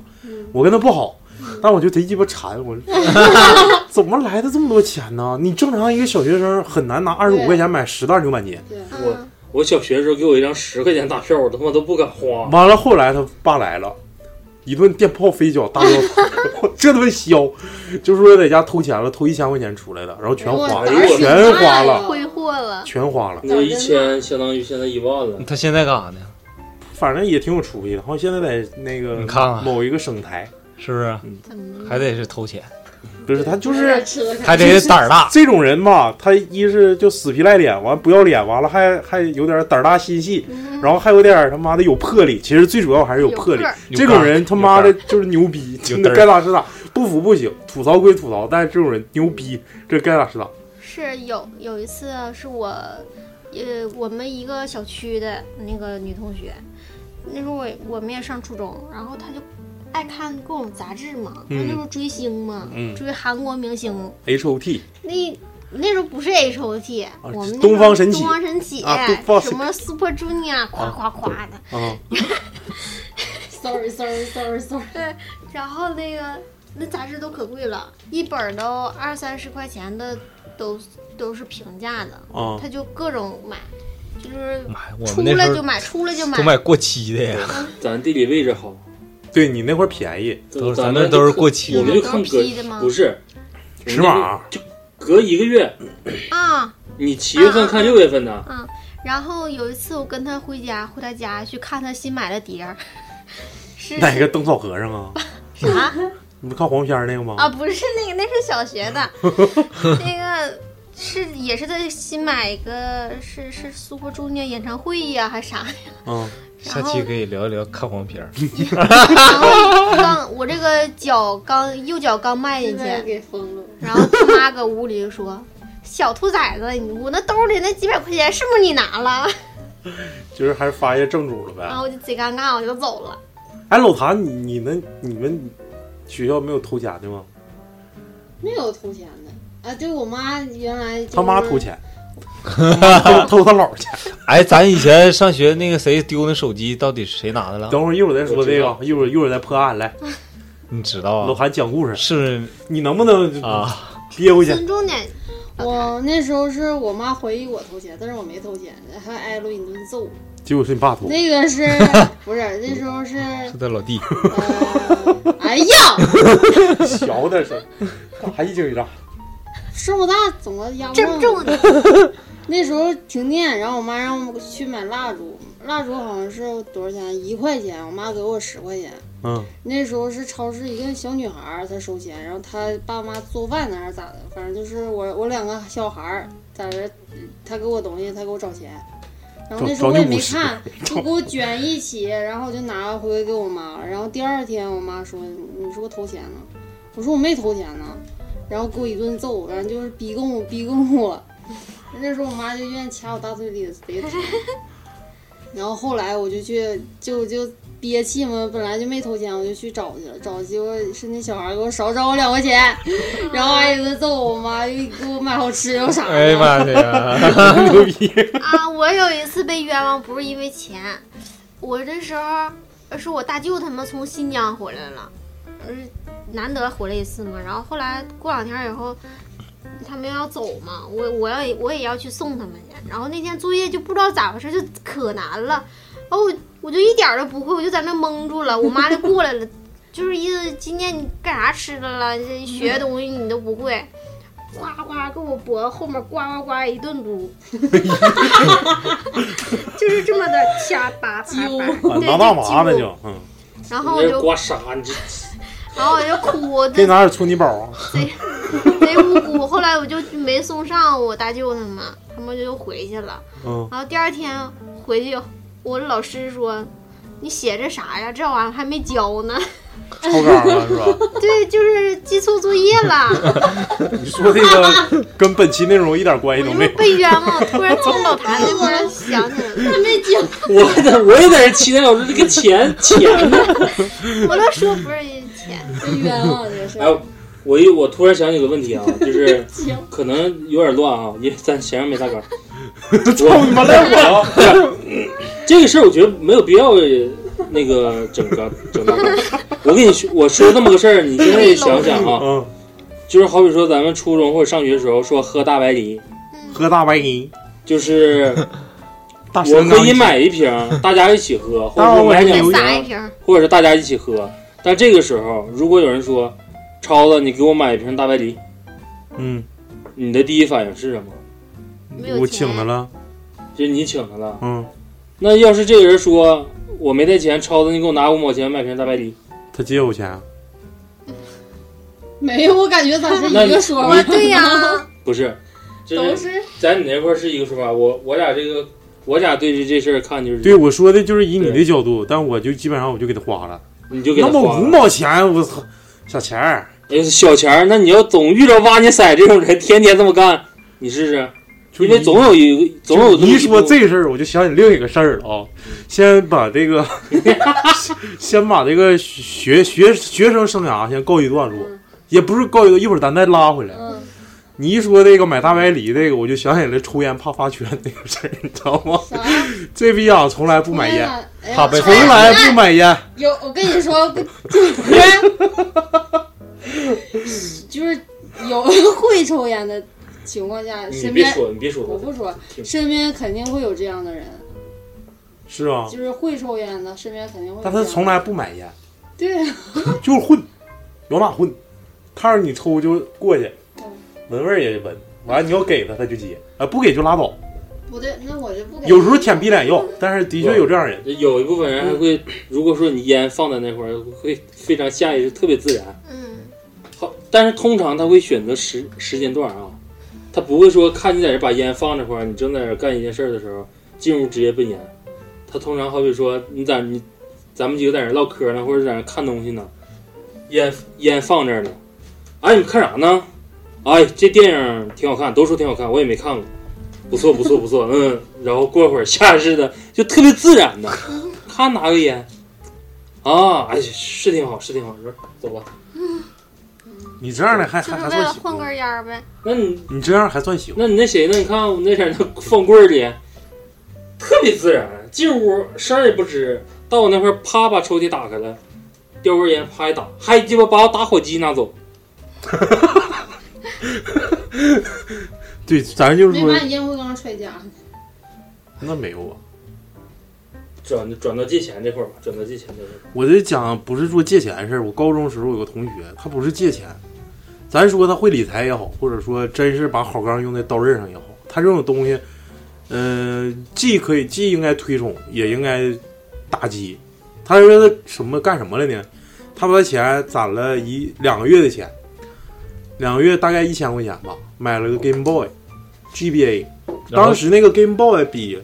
我跟他不好，但我就贼鸡巴馋，我说怎么来的这么多钱呢？你正常一个小学生很难拿二十五块钱买十袋牛板筋。
嗯
我我小学的时候给我一张十块钱大票，我他妈都不敢花。
完了，后来他爸来了，一顿电炮飞脚，大腰 包，这他妈削，就说在家偷钱了，偷一千块钱出来的，然后全花，全花了，
挥霍了，
全花了。
那一千相当于现在一万了。
他现在干啥呢？反正也挺有出息的，好像现在在那个
你看看
某一个省台，
是不是？还得是偷钱，
不是他就是
还得胆儿大。
这种人吧，他一是就死皮赖脸，完不要脸，完了还还有点胆儿大心细，
嗯
然后还有点他妈的有魄力。其实最主要还是有魄力
有个儿。
这种人他妈的就是牛逼，真的
嘚儿
该咋是咋，不服不行。吐槽归吐槽，但是这种人牛逼，这该咋是咋。
是有有一次是我，呃，我们一个小区的那个女同学，那时候我我们也上初中，然后她就爱看各种杂志嘛，她
嗯
那时候追星嘛，
嗯
追韩国明星，
H O T
那那时候不是 H O T，、我们那时候
啊东方神起
东方神起，
啊东方神
什么 Super Junior，夸夸夸的，
啊，
sorry sorry sorry sorry，
对，然后那个那杂志都可贵了，一本儿都二三十块钱的都都是平价的，
嗯
啊
他就各种买，就是
哎我
出
们那时
来
候
就买，出来就买，
都买过期的呀，
咱地理位置好，
对你那块儿便宜，
都
咱
们
那都是过期
我们就
的。
看
都
隔
是批的吗
不是，
尺码
就隔一个月，
啊
你七月份看六月份的，
啊。然后有一次我跟他回家，回他家去看他新买的碟儿， 是
哪个灯草和尚啊？
啥？
你不看黄片儿那个吗？
啊，不是那个，那是小学 的，那个是也是在新买一个，是是 Super Junior 演唱会呀、还是啥呀？
嗯，
下期可以聊一聊看黄片儿。
然后刚我这个脚刚右脚刚迈进去，
给封了。
然后他妈搁屋里就说：“小兔崽子，你我那兜里那几百块钱是不是你拿了
就是还是发现正主了？”呗
然。后我就贼尴尬，我就走了。
哎，老谭，你你们你们学校没有偷钱的吗？
没有偷钱的啊！对我妈原来就是
他妈偷钱，偷偷他姥儿钱。
嗯 哎，咱以前上学那个谁丢那手机，到底是谁拿的了？
等会儿一会儿再说这个，一会儿一会儿再破案来。
你知道啊？
老韩讲故事，
是
你能不能
啊？
憋回去？
重点，
我那时候是我妈怀疑我偷钱，但是我没偷钱，还挨了一顿揍。
结果是你爸偷。
那个是不是？那时候是
是他老弟，
哎呀，
小点声，干啥一惊一乍？
这么大怎么压不上？
这么
重 那时候停电，然后我妈让我去买蜡烛，蜡烛好像是多少钱？一块钱，我妈给我十块钱。
嗯，
那时候是超市一个小女孩儿，她收钱，然后她爸妈做饭呢还是咋的，反正就是我我两个小孩儿在这儿，她给我东西，她给我找钱，然后那时候我也没看，就给我卷一起，然后我就拿回给我妈，然后第二天我妈说你是不是偷钱呢？我说我没偷钱呢，然后给我一顿揍，然后就是逼供我逼供我， 那时候我妈就愿意掐我大腿里贼疼。然后后来我就去，就就憋气嘛，本来就没偷钱，我就去找去了，找结果是那小孩给我少找我两块 钱，然后挨一顿揍我妈，又给我买好吃又啥的。
哎呀妈呀，
嗯
牛 逼！
啊，我有一次被冤枉，不是因为钱，我这时候是我大舅他们从新疆回来了，呃，难得回来一次嘛。然后后来过两天以后，他们要走嘛，我我要我也要去送他们去。然后那天作业就不知道咋回事，就可难了，然后我我就一点儿都不会，我就在那蒙住了。我妈就过来了，就是意思今天你干啥吃的了？这学的东西你都不会，呱呱给我脖子后面呱呱呱一顿撸，就是这么的掐叭叭叭，
啊
对
拿大麻那就，嗯，
然后我就
刮痧，你这
然后我就哭，
给
贼
你拿点搓泥宝啊，
贼无辜。后来我就没送上我大舅他们，他们就回去了。
嗯，
然后第二天回去，我老师说：“你写这啥呀？这玩意儿还没交 呢。”
抽杆了是吧？
对，就是记错作业了，
你说这个跟本期内容一点关系都没有。
被冤枉。突然从老谭那块儿想起来了，还没交。
我在我也在这期待老师这个钱钱呢。
我都说不是钱，
是冤枉这事。
哎，我一我突然想起个问题啊，就是可能有点乱啊，因为咱闲着没大纲。
操你妈赖我！
这个事儿我觉得没有必要那个整个整 大纲。我跟你说，我说这么个事儿，你现在想想
嗯
啊，就是好比说咱们初中或者上学的时候说喝大白梨，
喝大白梨，
就是
大
我
神
可以
刚
买一瓶，大家一起 喝，或者
当然
说
我
买
还
两
留
瓶
言。
打一瓶。
或者是大家一起喝。但这个时候，如果有人说：“超子，你给我买一瓶大白梨。”
嗯，
你的第一反应是什么？
我请他了，
就是你请他了。
嗯，
那要是这个人说我没带钱，超子，你给我拿五毛钱买瓶大白梨。
他借我钱，
没有，我感觉咱是一个说
那
法。
你对
呀，
不是，这
都是
在你那块儿是一个说法。我我俩这个，我俩对这这事儿看就是
对我说的就是以你的角度，但我就基本上我就给他花了，
你就给他
那么
花
五
了。
毛钱，我操，小钱儿，
哎小钱儿，那你要总遇着挖你色这种人，天天这么干，你试试，因为总有一个总有
就
这么
你一说
部
这事儿，我就想起另一个事儿了啊。先把 这个，先把这个学学学生生涯先告一段落，
嗯
也不是告一段，一会儿咱再拉回来。你一说这个买大白梨这个，我就想起来抽烟怕发圈这个事儿，你知道吗？
啊
这逼样从来不买烟
哎呀，怕被
从来不买烟。
有，我跟你 说，不就是有会抽烟的情况下，
你
身
别
边
说，你别说，
我不说，身边肯定会有这样的人，
是啊，
就是会抽烟的，身边肯定会有这
但
样的
他
人。
从来不买烟，
对啊，
就是混，往哪混，看着你抽就过去，
嗯
闻味儿也闻，完了你要给他他就接，啊不给就拉倒。
不对，那我就不给。
有时候舔鼻脸要，
嗯
但是的确有这样人。
有一部分人还
嗯
会，如果说你烟放在那块儿，会非常下意识，特别自然。
嗯，
好，但是通常他会选择时时间段啊，他不会说看你在这把烟放这块儿，你正在这干一件事儿的时候，进屋直接奔烟。他通常好比说你在你，咱们几个在那唠嗑呢，或者在那看东西呢，烟烟放这儿呢，哎，你们看啥呢？哎，这电影挺好看，都说挺好看，我也没看过，不错不错不错，嗯。然后过会儿下意识的就特别自然的，他拿个烟，啊，哎，是挺好，是挺好，说走吧。
你这样的还
就
还
是
还
为了
算喜，
混根烟儿呗。
那你
你这样还算喜欢？
那你那谁呢？你看我那天那放柜儿里，特别自然，进屋声儿也不吱，到我那块儿啪把抽屉打开了，叼根烟啪一打，还鸡巴把我打火机拿走，
对，咱就是
没
说
把你烟灰缸揣家。
那没有啊。
转转到借钱这块儿吧，转到借钱这块儿。
我这讲不是说借钱的事儿，我高中时候有个同学，他不是借钱，咱说他会理财也好，或者说真是把好钢用在刀刃上也好，他这种东西，嗯、既可以既应该推崇，也应该打击。他说他什么干什么了呢？他把他钱攒了一两个月的钱，两个月大概一千块钱吧，买了个 Game Boy GBA，
然后
当时那个 Game Boy 比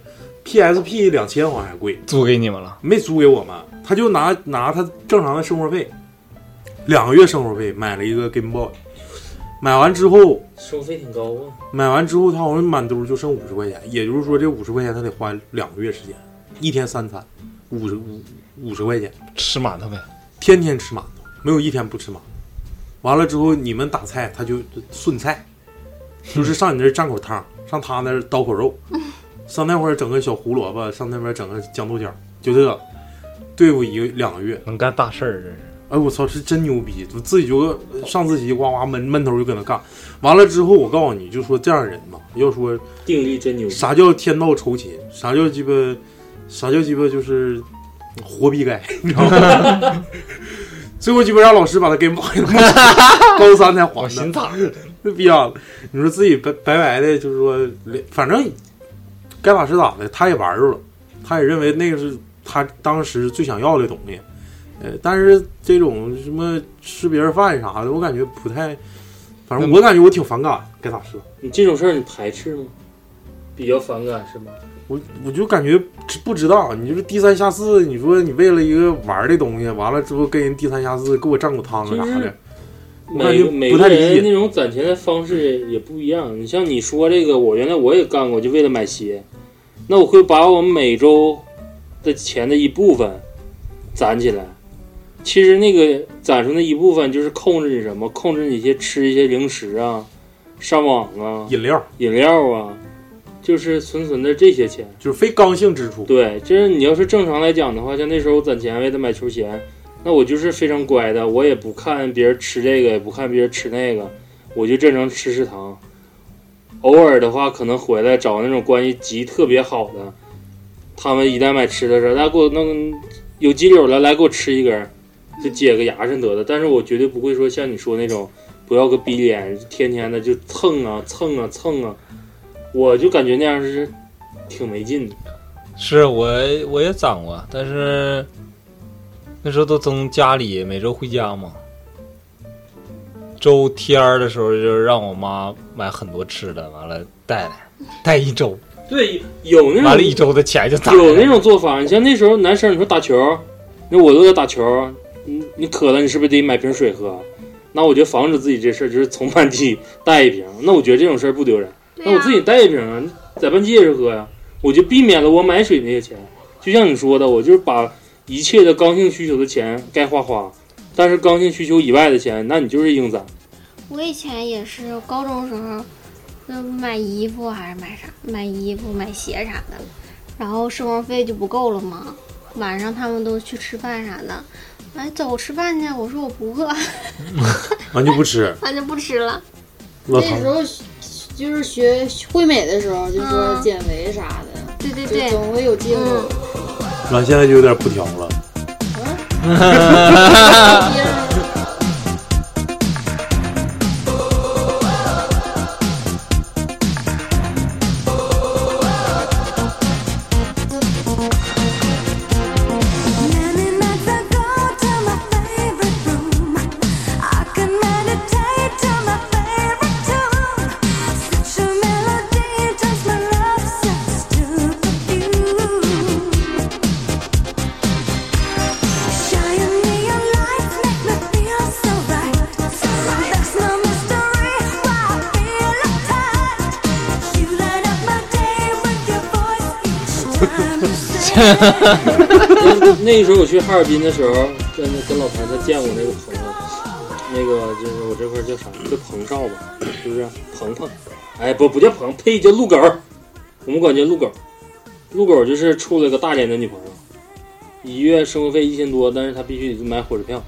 PSP 两千好像还贵。
租给你们了，
没租给我们，他就拿拿他正常的生活费，两个月生活费买了一个 Game Boy，买完之后，
收费挺高啊，
买完之后他好像满兜就剩五十块钱，也就是说这五十块钱他得花两个月时间，一天三餐，五十五五十块钱
吃馒头呗。
天天吃馒头，没有一天不吃馒头。完了之后你们打菜他就顺菜，就是上你那儿蘸 口汤，上他那儿叨口肉，上那块儿整个小胡萝卜，上那边儿整个酱豆角，就这对付一个两个月，
能干大事儿，这是。
哎，我操，是真牛逼！我自己就呃上自习，呱呱闷闷头就搁那干。完了之后，我告诉你，就说这样人嘛，要说
定力真牛逼。
啥叫天道酬勤，啥叫鸡巴，啥叫鸡巴就是活逼该，你知道吗？最后鸡巴让老师把他给买了，高三才还的，心
疼，
那逼样子。你说自己白白白的，就是说，反正该咋是咋的，他也玩着了，他也认为那个是他当时最想要的东西。呃，但是这种什么吃别人饭啥的，我感觉不太，反正我感觉我挺反感，该咋是咋。
你这种事儿你排斥吗？比较反感是吗？
我我就感觉知不知道，你就是低三下四，你说你为了一个玩儿的东西，完了之后跟人低三下四，给我占口汤啊啥
就
的
是，
我感
每
觉
个每
不太
个
理
人
解。
那种攒钱的方式也不一样。你像你说这个，我原来我也干过，就为了买鞋，那我会把我每周的钱的一部分攒起来。其实那个攒出那一部分就是控制你什么，控制你一些吃一些零食啊，上网啊，
饮料
饮料啊，就是存存的这些钱，
就是非刚性支出。
对，就是你要是正常来讲的话，像那时候我攒钱为了买球鞋，那我就是非常乖的，我也不看别人吃这个，也不看别人吃那个，我就正常吃食堂。偶尔的话，可能回来找那种关系极特别好的，他们一旦买吃的时候，那给我弄有鸡柳了，来给我吃一根儿，就解个牙碜得了。但是我绝对不会说像你说那种，不要个逼脸，天天的就蹭啊蹭啊蹭啊，我就感觉那样是挺没劲的。
是我我也攒过，但是那时候都从家里每周回家嘛，周天儿的时候就让我妈买很多吃的，完了带来带一周，
对，有那种
完了一周的钱就攒
哎有那种做法，你像那时候男生，你说打球，那我都要打球，你你渴了，你是不是得买瓶水喝？那我就防止自己这事儿，就是从班级带一瓶。那我觉得这种事儿不丢人，那哎我自己带一瓶啊，在班级也是喝呀、我就避免了我买水那些钱。就像你说的，我就是把一切的刚性需求的钱该花花，但是刚性需求以外的钱，那你就是硬攒。
我以前也是高中时候，就买衣服还是买啥，买衣服、买鞋啥的，然后生活费就不够了嘛。晚上他们都去吃饭啥的，哎，走吃饭去。我说我不饿，
完就不吃，
咱就不吃了。
老
那
唐
时候就是学惠美的时候，就说
嗯
减肥啥的，
对对
对，总会有借口。
嗯完现在就有点不挑了。
那时候我去哈尔滨的时候，跟跟老谭他见过那个朋友，那个就是我这块儿叫啥？叫彭少吧，是不是？鹏鹏？哎，不不叫鹏，呸，叫鹿狗。我们管叫鹿狗。鹿狗就是处了个大连的女朋友，一月生活费一千多，但是他必须得买火车票。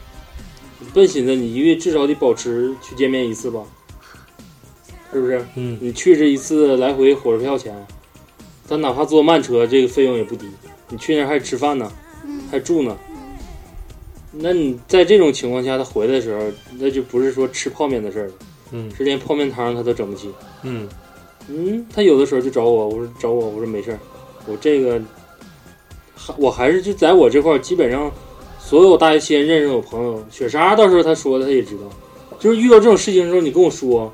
笨寻思，你一月至少得保持去见面一次吧，是不是？
嗯，
你去这一次来回火车票钱，咱哪怕坐慢车，这个费用也不低。你去那儿还吃饭呢，
嗯
还住呢。那你在这种情况下，他回来的时候，那就不是说吃泡面的事儿了，
嗯
是连泡面汤他都整不起。
嗯，
嗯，他有的时候就找我，我说找我，我说没事儿，我这个还我还是就在我这块儿，基本上所有大学期间认识我朋友，雪莎到时候他说的他也知道，就是遇到这种事情的时候，你跟我说，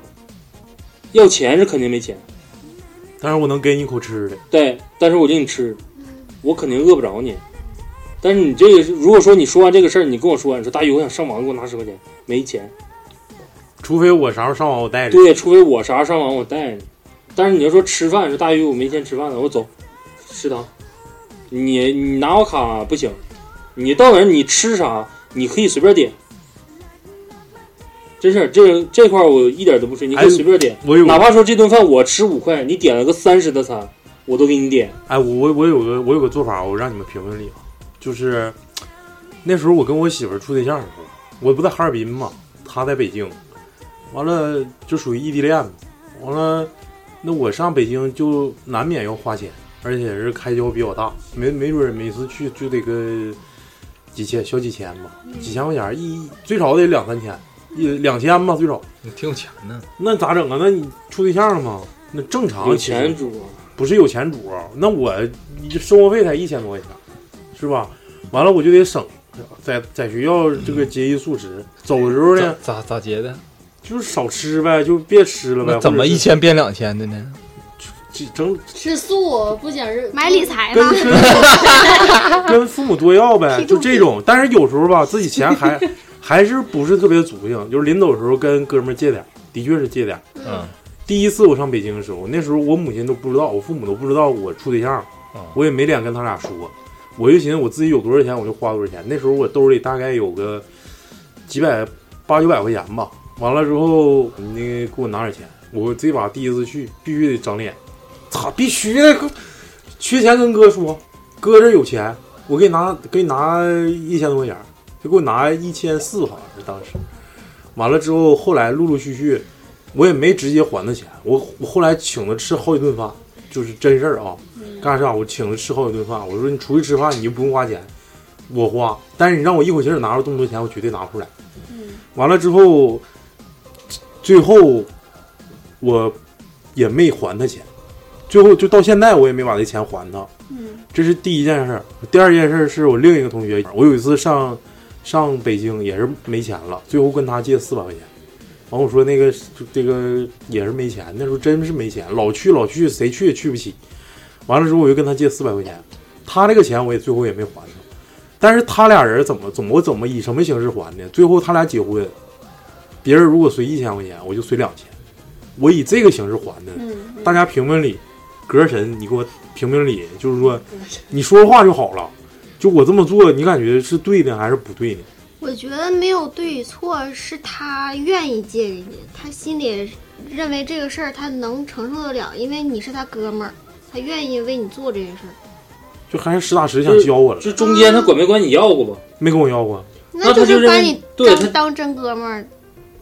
要钱是肯定没钱，
但是我能给你一口吃的，
对，但是我给你吃，我肯定饿不着你。但是你这个是，如果说你说完这个事儿，你跟我说，你说大宇，我想上网，给我拿十块钱，没钱。
除非我啥时候上网我带着。
对，除非我啥上网我带你。但是你要说吃饭，说大宇，我没钱吃饭了，我走食堂。你你拿我卡不行，你到哪儿你吃啥，你可以随便点。真是这这块儿我一点都不吹，你可以随便点，
哎我有
哪怕说这顿饭我吃五块，你点了个三十的餐，我都给你点。
哎，我我我有个我有个做法，我让你们评评理啊，就是那时候我跟我媳妇儿处对象的时候，我不在哈尔滨嘛，她在北京，完了就属于异地恋嘛，完了那我上北京就难免要花钱，而且是开销比较大，没没准儿每次去就得个几千小几千吧，几千块钱儿一最少得两三千，一两千吧最少。
你挺有钱呢，
那咋整啊？那你处对象吗？那正常
有
啊其实
钱主啊
不是有钱主，那我生活费才一千多块钱，是吧？完了我就得省，在在学校这
嗯
个节衣缩食，走的时候呢，
咋咋节的？
就是少吃呗，就别吃了呗。
那怎么
或者是
一千变两千的呢？
这整
吃素不减肉，
买理财
跟跟跟父母多要呗，就这种。但是有时候吧，自己钱还还是不是特别足性，就是临走的时候跟哥们儿借点儿，的确是借点儿。
嗯，
第一次我上北京的时候，那时候我母亲都不知道，我父母都不知道我处对象，我也没脸跟他俩说。我就寻思我自己有多少钱我就花多少钱。那时候我兜里大概有个几百八九百块钱吧。完了之后，那个给我拿点钱，我这把第一次去必须得长脸，操，必须的，缺钱跟哥说，哥这有钱，我给你拿给你拿一千多块钱，就给我拿一千四好像是当时。完了之后，后来陆陆续续，我也没直接还他钱，我我后来请他吃好几顿饭，就是真事儿啊。干啥？我请他吃好几顿饭，我说你出去吃饭你就不用花钱，我花，但是你让我一口气儿拿出这么多钱，我绝对拿不出来。完了之后，最后我也没还他钱，最后就到现在我也没把这钱还他。
嗯
这是第一件事儿。第二件事儿是我另一个同学，我有一次上上北京也是没钱了，最后跟他借四百块钱。完我说那个就这个也是没钱，那时候真是没钱，老去老去，谁去也去不起。完了之后我就跟他借四百块钱，他这个钱我也最后也没还他。但是他俩人怎么怎么怎么以什么形式还的？最后他俩结婚，别人如果随一千块钱，我就随两千，我以这个形式还的。
嗯
大家评论里，格神，你给我评评理，就是说，你说话就好了。就我这么做，你感觉是对的还是不对的？
我觉得没有对与错，是他愿意借人家，他心里认为这个事儿他能承受得了，因为你是他哥们儿，他愿意为你做这件事儿。
就还是实打实想教我了。
就中间他管没管你要过吧？
没跟我要过，
那
就
他就是认
把
为
你
对他
当当真哥们儿，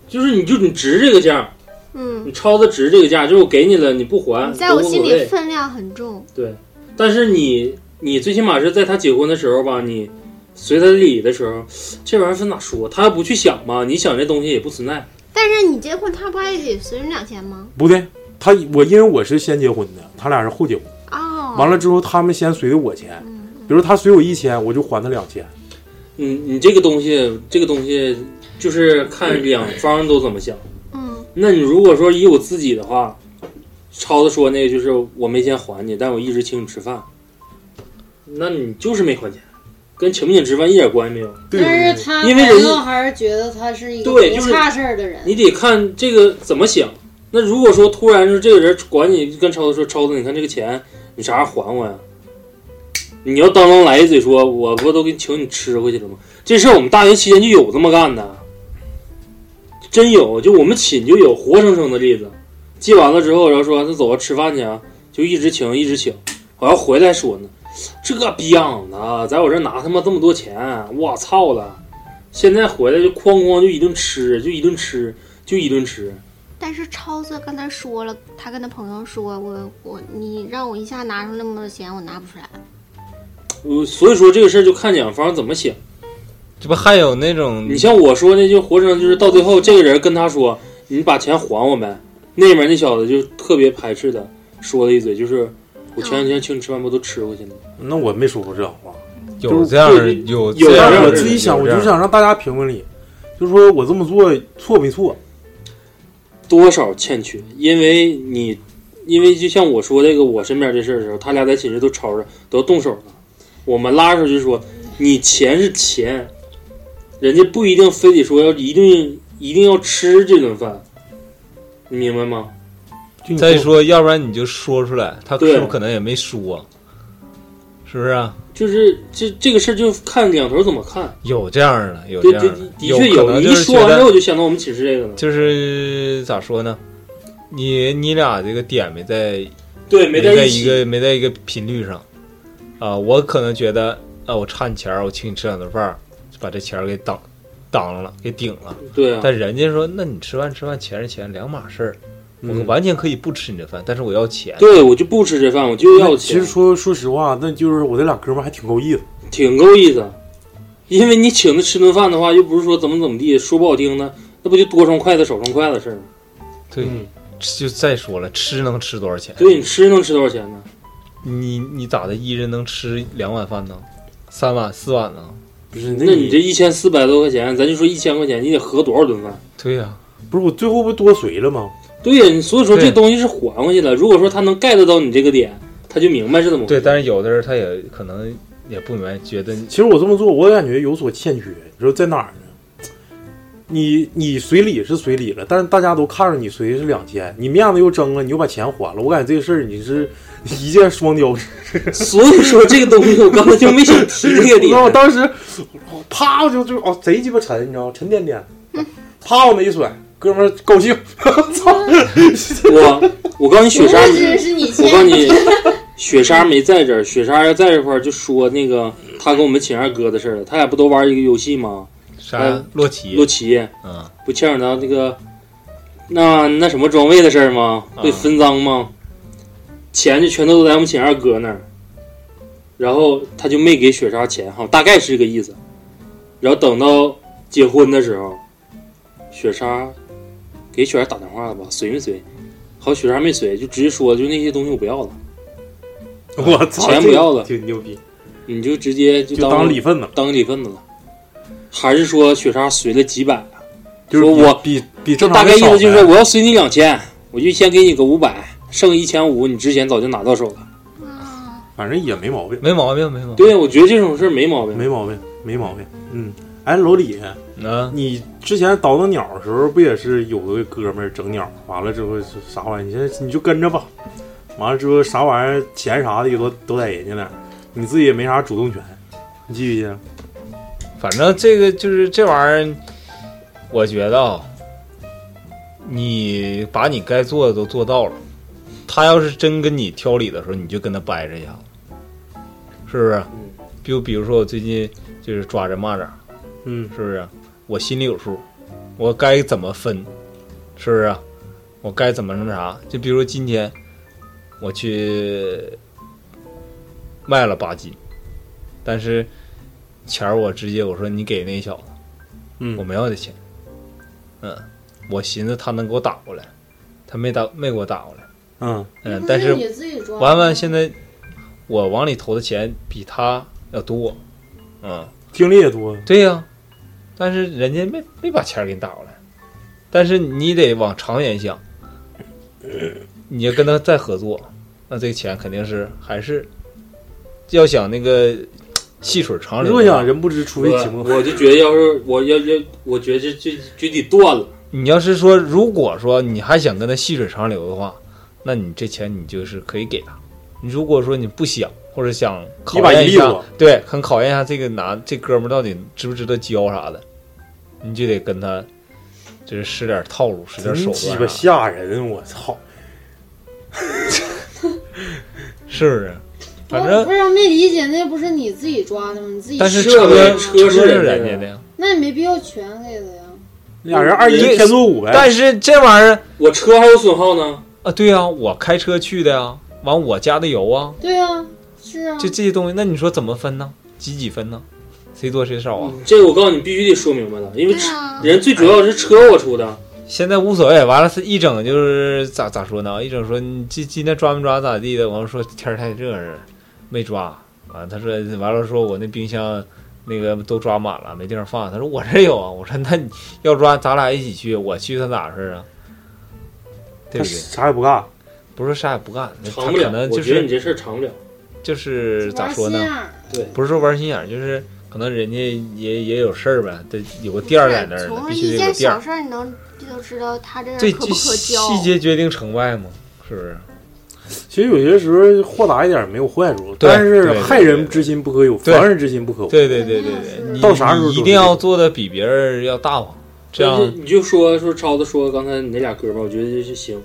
就是你就你值这个价，
嗯
你，超他值这个价，就是我给你了，你不还，
你在我
都无所
心里
谓
分量很重。
对，但是你你最起码是在他结婚的时候吧，你随他礼的时候，这玩意儿分咋说？他要不去想吧，你想这东西也不存在。
但是你结婚，他不还得随人两千吗？
不对，他我因为我是先结婚的，他俩是后结婚。
啊
哦，
完了之后，他们先随的我钱，
嗯
比如他随我一千，我就还他两千。
你嗯你这个东西，这个东西就是看两方都怎么想。
嗯，
那你如果说以我自己的话，超子说那个就是我没钱还你，但我一直请你吃饭，那你就是没还钱，跟请不请吃饭一点关系没有。
但是他
因为
朋
人
友还是觉得他是一个
对
不
就是
差事儿的人。
你得看这个怎么想。那如果说突然是这个人管你跟超子说，超子，你看这个钱，你啥时候还我呀？你要当当来一嘴说，我不都给你请你吃回去了吗？这事儿我们大学期间就有这么干的，真有，就我们寝就有活生生的例子。借完了之后，然后说那走啊，吃饭去啊，就一直请一直请，好像回来说呢，这逼样的在我这拿他妈这么多钱，我操了！现在回来就哐哐就一顿吃，就一顿吃，就一顿吃。
但是超子刚才说了，他跟他朋友说，我我你让我一下拿出那么多钱，我拿不出来。
我呃所以说这个事儿就看两方怎么想。
这不还有那种
嗯
你像我说那就活生生就是到最后，这个人跟他说：“你把钱还我呗。”那边那小子就特别排斥的说了一嘴，就是我前两天请你吃饭不都吃过去了吗？
那我没说过这样话，
有
就是
这样
对
有
有
这样
但是我
的
自己
人
想，
有
我
这
就
样
想让大家评论里，就说我这么做错没错？
多少欠缺，因为你，因为就像我说这个我身边这事儿的时候，他俩在寝室都吵着，都动手了。我们拉手就说，你钱是钱，人家不一定非得说要一定一定要吃这顿饭，你明白吗？
再说，要不然你就说出来，他
对
是不可能也没说，是不是啊？
就是这这个事儿就看两头怎么看。
有这样儿的，有这
对
样
对，
儿
的
的，
的确
有可
有。
能
你
就
一
是
说
觉
完之后，我
得
就想到我们寝室这个了。
就是咋说呢？你你俩这个点没在，
对没
没
在一
一
起
个没在一个频率上啊。我可能觉得啊，我差你钱儿，我请你吃两顿饭儿，就把这钱儿给挡挡了，给顶了。
对啊
但人家说，那你吃饭吃饭，钱是钱，两码事儿。我
嗯
完全可以不吃你这饭，但是我要钱。
对，我就不吃这饭，我就要
那其
钱
实，说说实话，那就是我这俩哥们儿还挺够意思，
挺够意思。因为你请他吃顿饭的话，又不是说怎么怎么地，说不好听的，那不就多双筷子少双筷子的事儿吗？
对，就再说了，吃能吃多少钱？
对你吃能吃多少钱呢？
你你咋的？一人能吃两碗饭呢？三碗四碗呢？
不是，那你这一千四百多块钱，咱就说一千块钱，你得合多少顿饭？
对呀、
不是我最后不多随了吗？
对呀、你所以说
对
这东西是还回去的。如果说他能 get 到你这个点，他就明白是怎么回事。
对，但是有的人他也可能也不明白，觉得
其实我这么做，我感觉有所欠缺。你说在哪儿呢？你你随礼是随礼了，但是大家都看着你随是两千，你面子又争了，你又把钱还了。我感觉这个事儿你是 一箭双雕。
所以说这个东西我刚才就没想提这个 点
我当时我啪我就就哦贼鸡巴沉，你知道吗？沉甸甸，啪往那一甩，哥们儿高兴。 操！
嗯我我告诉你，雪莎，
不是是你欠
我告诉你，雪莎没在这儿，雪莎要在这块儿就说那个她跟我们秦二哥的事儿了。他俩不都玩一个游戏吗？
啥
他
洛奇
洛奇，
嗯，
不牵扯到那个那那什么装备的事儿吗？
嗯
会分赃吗？钱就全都在我们秦二哥那儿，然后他就没给雪莎钱哈，大概是这个意思。然后等到结婚的时候，雪莎给雪儿打电话了吧？随没随？好，雪莎没随，就直接说，就那些东西我不要了，
我操，
钱不要了，
挺牛逼。
你就直接就
就当礼份子，
当个礼份子了。还是说雪莎随了几百？啊
就是
说
比
我
比比
这
正
大概
常人
意思就是
少呗
我要随你两千，我就先给你个五百，剩一千五，你之前早就拿到手了。
反正也没毛病，
没毛病，没毛病。
对，我觉得这种事儿没毛病，
嗯没毛病，没毛病。嗯，哎，老李，
啊，
你之前倒腾鸟的时候，不也是有的哥们儿整鸟，完了之后是啥玩意儿？你现在你就跟着吧，完了之后啥玩意儿钱啥的也都都在人家那儿，你自己也没啥主动权，你记不记得？
反正这个就是这玩意儿，我觉得啊，你把你该做的都做到了，他要是真跟你挑理的时候，你就跟他掰扯一下子，是不是？就比如说我最近就是抓人蚂蚱，
嗯，
是不是？我心里有数，我该怎么分，是不是？我该怎么那啥？就比如说今天我去卖了八斤，但是钱儿我直接我说你给那小子，
嗯，
我没要这钱，嗯，我寻思他能给我打过来，他没打没给我打过来，
嗯
嗯
那，
但是
你自己抓
完完现在我往里投的钱比他要多，嗯，
经历也多，
对呀、但是人家没没把钱儿给你打过来，但是你得往长远想，你要跟他再合作，那这个钱肯定是还是要想那个细水长流。
若想人不知，除非己莫
我就觉得要是我要要，我觉得这这就得断了。
你要是说，如果说你还想跟他细水长流的话，那你这钱你就是可以给他。你如果说你不想，或者想考
一把
验
一利
下
索，
对，很考验一下这个男这哥们儿到底值不值得交啥的，你就得跟他就是使点套路，使点手
真嗯鸡巴
段啊啥的，
吓人！我操，
是不是？反
我
正
不是没理解，那不是你自己抓的吗？你自己
但是
设
车
的吗
车是人家的呀，
那你没必要全给他呀。
俩人二一天作五呗。
嗯但是这玩意儿，
嗯我车还有损耗呢。
啊，对呀、我开车去的呀，完我加的油啊，
对啊，是啊，
就这些东西，那你说怎么分呢？几几分呢？谁多谁少啊？
嗯这个我告诉你，必须得说明白了，因为车人最主要是车我出的，
嗯
现在无所谓，完了是一整就是咋咋说呢？一整说你今今天抓没抓咋地的？完了说天儿太热了，没抓。完了他说完了说我那冰箱那个都抓满了，没地方放。他说我这有啊。我说那你要抓咱俩一起去，我去他哪事儿啊？对
他
不对？
啥也不干，
不是啥也不干，他
长不
可
了。
能
我
就
觉得你
是
这事儿长不了。
就是咋
玩
说呢
心眼儿？对
不是说玩心眼儿，就是可能人家也也有事儿呗，得有个店儿在那儿呢，
从
必须
一
得
件
有个店儿
小。事儿，你能就知道他这
这
人可不
这
可交。
细节决定成败嘛，是不是？
其实有些时候豁达一点没有坏处，
对
但是
对对
害人之心不可有，
对
防人之心不可无。
对对对对对，你
到啥时候
你一
都
定
是
要做的比别人要大方，这样
你就你就说说超子说刚才你那俩哥们儿，我觉得就是行，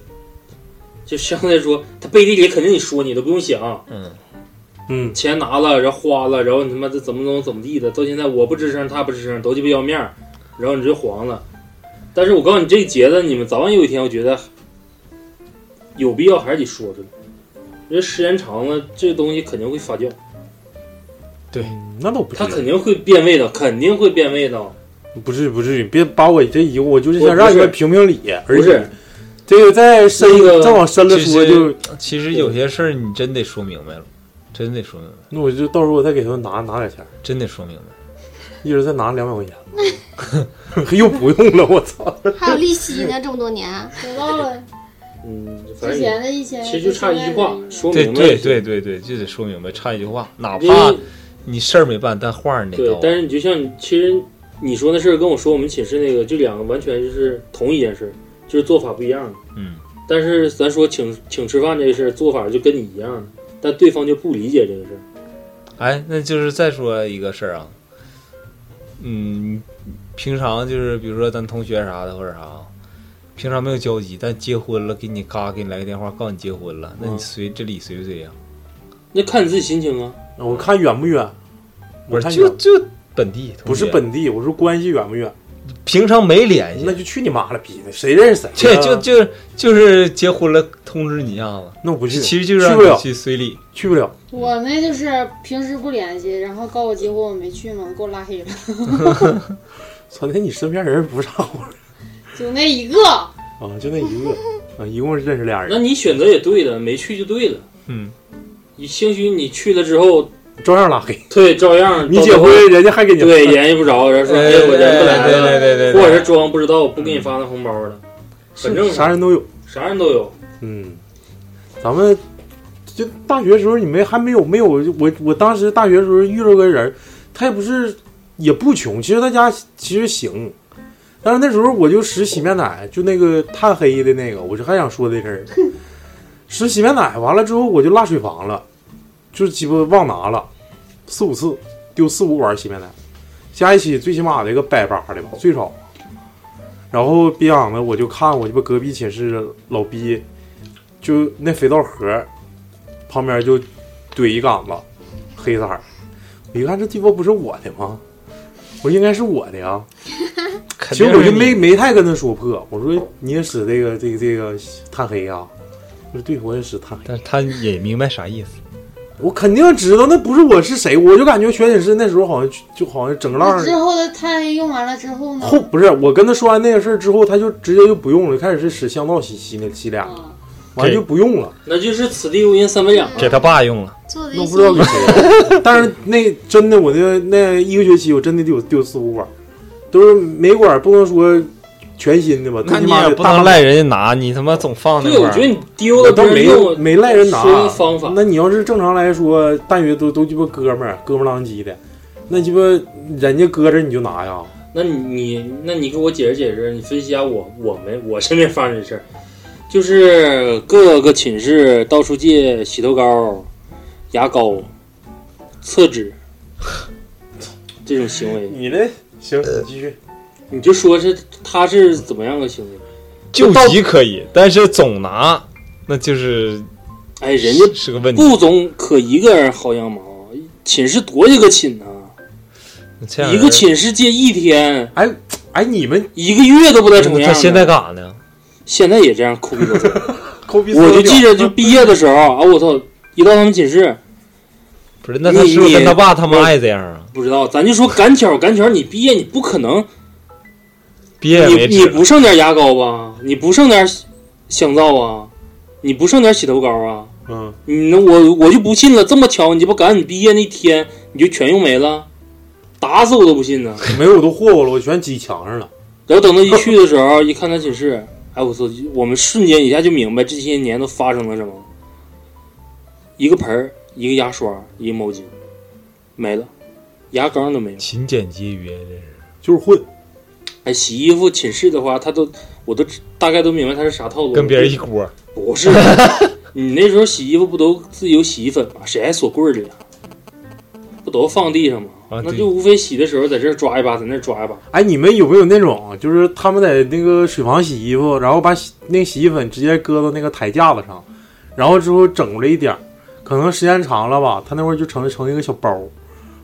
就相对来说，他背地里肯定你说你都不用想，
嗯
嗯，
钱拿了，然后花了，然后你他妈的怎么怎么怎么地的，到现在我不吱声，他不吱声，都鸡巴要面儿，然后你就黄了。但是我告诉你，这节子你们早晚有一天，我觉得有必要还是得说出来，因为时间长了，这东西肯定会发酵。
对，
那倒不
他肯定会变味道，肯定会变味道。
不是不是，你别把我这疑惑，我就是
我
想
不
让你
是
们评评理，而
不是
且这个再深
那个
再往深了说就
其实有些事儿你真得说明白了，真得说明白，
那我就到时候我再给他们拿拿点钱，
真得说明白，
一人再拿两百块钱， 又不用了，我操！
还有利息呢，这么多年、
得到了
嗯，
反正
之前的一千，
其实就差一句话，说
对
明白
对
就行
对对对，就得说明白，差一句话，哪
因
怕
为
你事儿没办，但话儿你得
对
到，。
但是你就像你其实你说那事儿跟我说我们寝室那个，就两个完全就是同一件事儿，就是做法不一样的。
嗯，
但是咱说请请吃饭这个事儿，做法就跟你一样的，但对方就不理解这个事儿。
哎，那就是再说一个事儿啊，嗯，平常就是比如说咱同学啥的或者啥啊，平常没有交集，但结婚了给你嘎给你来个电话告诉你结婚了，那你
嗯
随这理随不随呀、
那看你自己心情啊。
我看远不远，
不
我
是
看
就
远
就本地，同
不是
学
本地，我说关系远不远，
平常没联系，
那就去你妈了，逼的，谁认识谁呀？
哎这就就就是结婚了通知你一下子，
那我不去
其实就是
去
让
不
你
了
去随礼，
去不了。
我那就是平时不联系，然后告我结婚我没去嘛，给我拉黑了，
操，那你身边人不是啥活儿
就那一个。
啊？就那一个啊，一共认识俩人。
那你选择也对了，没去就对了。
嗯，
你兴许你去了之后，
照样拉黑。
对，照样
你结婚人家还给你
对联系不着，然后说哎我人不来了，
对对对对对
或者是装不知道，我不给你发那红包了，
是
很正常，
啥人都有，
啥人都有。
嗯，咱们就大学时候你们还没有没有我我当时大学时候遇到个人儿，他也不是也不穷，其实他家其实行，但是那时候我就使洗面奶，就那个炭黑的那个，我就还想说这事儿，使洗面奶完了之后我就落水房了，就是鸡巴忘拿了四五次，丢四五碗洗面奶，加一起最起码得个百八的吧，最少。然后别养的我就看我鸡巴隔壁寝室老逼，就那肥皂盒旁边就怼一杆子，黑色儿。我一看这鸡巴不是我的吗？我应该是我的呀。其实我就没没太跟他说破，我说你也使这个这个这个炭黑啊，我说对，我也使炭黑。
但他也明白啥意思。
我肯定知道那不是我是谁，我就感觉全寝室那时候好像就就好像整个浪
那之后的炭用完了之后呢？
后不是我跟他说完那个事儿之后，他就直接就不用了，开始是使香皂洗洗那洗
嗯
脸，
啊
完了就不用了，
那就是此地无银三百两，啊
给他爸用了，
做
那我不知道 给谁。但是那真的我那那一个学期我真的丢丢四五管，都是每管不能说全新的吧，
那
最起
你
码
也
得
不
大
能
半
赖人家拿，你他妈总放那
对，
块
我
儿
觉得你丢了
我倒
别人
没
用，
没赖人拿
说明方法。
那你要是正常来说，大学都都鸡巴哥们儿，哥们儿浪叽的，那鸡巴人家搁着你就拿呀。
那你你那你给我解释解释，你分析一下我我们我身边发生的事儿，就是各个寝室到处借洗头膏、牙膏、厕纸，这种行为，
你这行，你继续。
你就说是他是怎么样个行为？
救
到
急可以，但是总拿，那就是
哎，人家
是个问题。
顾总可一个人薅羊毛，寝室多些个寝呢、
这样
一
人
个寝室借一天，
哎哎，你们
一个月都不带重样的。
他现在干啥呢？
现在也这样抠鼻 子。
抠鼻子
我就记着，就毕业的时候啊，我操，一到他们寝室，
不是，那他是不是跟他爸他妈也这样啊？
不知道，咱就说赶巧赶巧，你毕业你不可能，
毕业
你
为
你
止，
不剩点牙膏吧？你不剩点香皂啊？你不剩点洗头膏啊？
嗯，
你那我我就不信了，这么巧，你这不赶你毕业那天你就全用没了，打死我都不信呢。
没有我都霍霍了，我全挤墙上了。
然后等到一去的时候，一看他寝室，哎我操！我们瞬间一下就明白这些年都发生了什么。一个盆儿，一个牙刷，一个毛巾，没了，牙膏都没有。
勤俭节约，这是
就是混。
哎，洗衣服寝室的话，他都我都知大概都明白他是啥套路。
跟别人一锅。
不是，你那时候洗衣服不都自己有洗衣粉吗？谁还锁柜里啊？不都放地上吗？
啊
那
对
就无非洗的时候在这儿抓一把，在那儿抓一把。
哎，你们有没有那种，就是他们在那个水房洗衣服，然后把洗那洗衣粉直接搁到那个台架子上，然后之后整过来一点儿，可能时间长了吧，它那会儿就成成一个小包儿。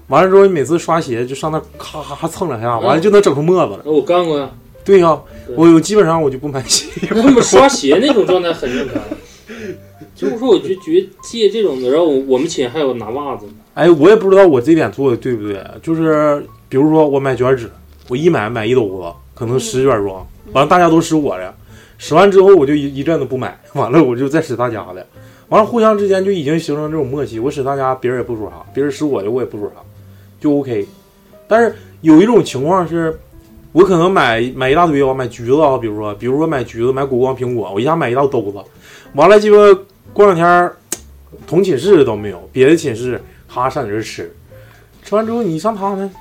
完了之后，你每次刷鞋就上那咔咔咔蹭两下，完了就能整出沫子来。
那我干过呀、
对呀、
对
我我基本上我就不买鞋。
那么刷鞋那种状态很正常。就是说，我就觉得借这种的，然后我我们寝还有拿袜子呢，
哎，我也不知道我这点做的对不对，就是比如说我买卷纸，我一买买一兜子，可能十卷装，完了大家都使我的，使完之后我就一一阵子不买，完了我就再使大家的，完了互相之间就已经形成这种默契，我使大家别人也不说啥，别人使我的我也不说啥，就 OK。但是有一种情况是，我可能买买一大堆，我买橘子啊，比如说，比如说买橘子，买果光苹果，我一下买一大兜子，完了鸡巴过两天儿同寝室的都没有，别的寝室哈上你这儿吃，吃完之后你上他们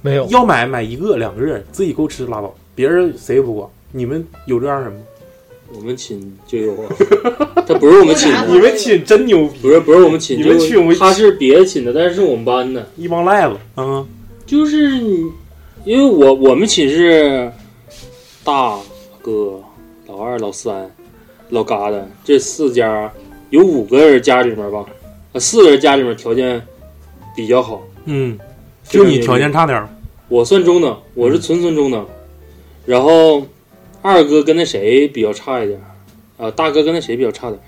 没有，
要买买一个两个人自己够吃拉倒，别人谁也不管。你们有这样人吗？
我们寝就有啊。他不是我们寝的，
你们寝真牛逼，
不是不是我们寝，
你们去我们
他是别的寝的，但是是我们班的，
一帮赖子，嗯，
就是你，因为我我们寝室大哥、老二、老三、老疙瘩这四家，有五个人家里面吧，呃，四个人家里面条件比较好，
嗯，就你条件差点儿，
我算中等，我
嗯
是纯纯中等。然后二哥跟那谁比较差一点儿，呃，大哥跟那谁比较差点儿。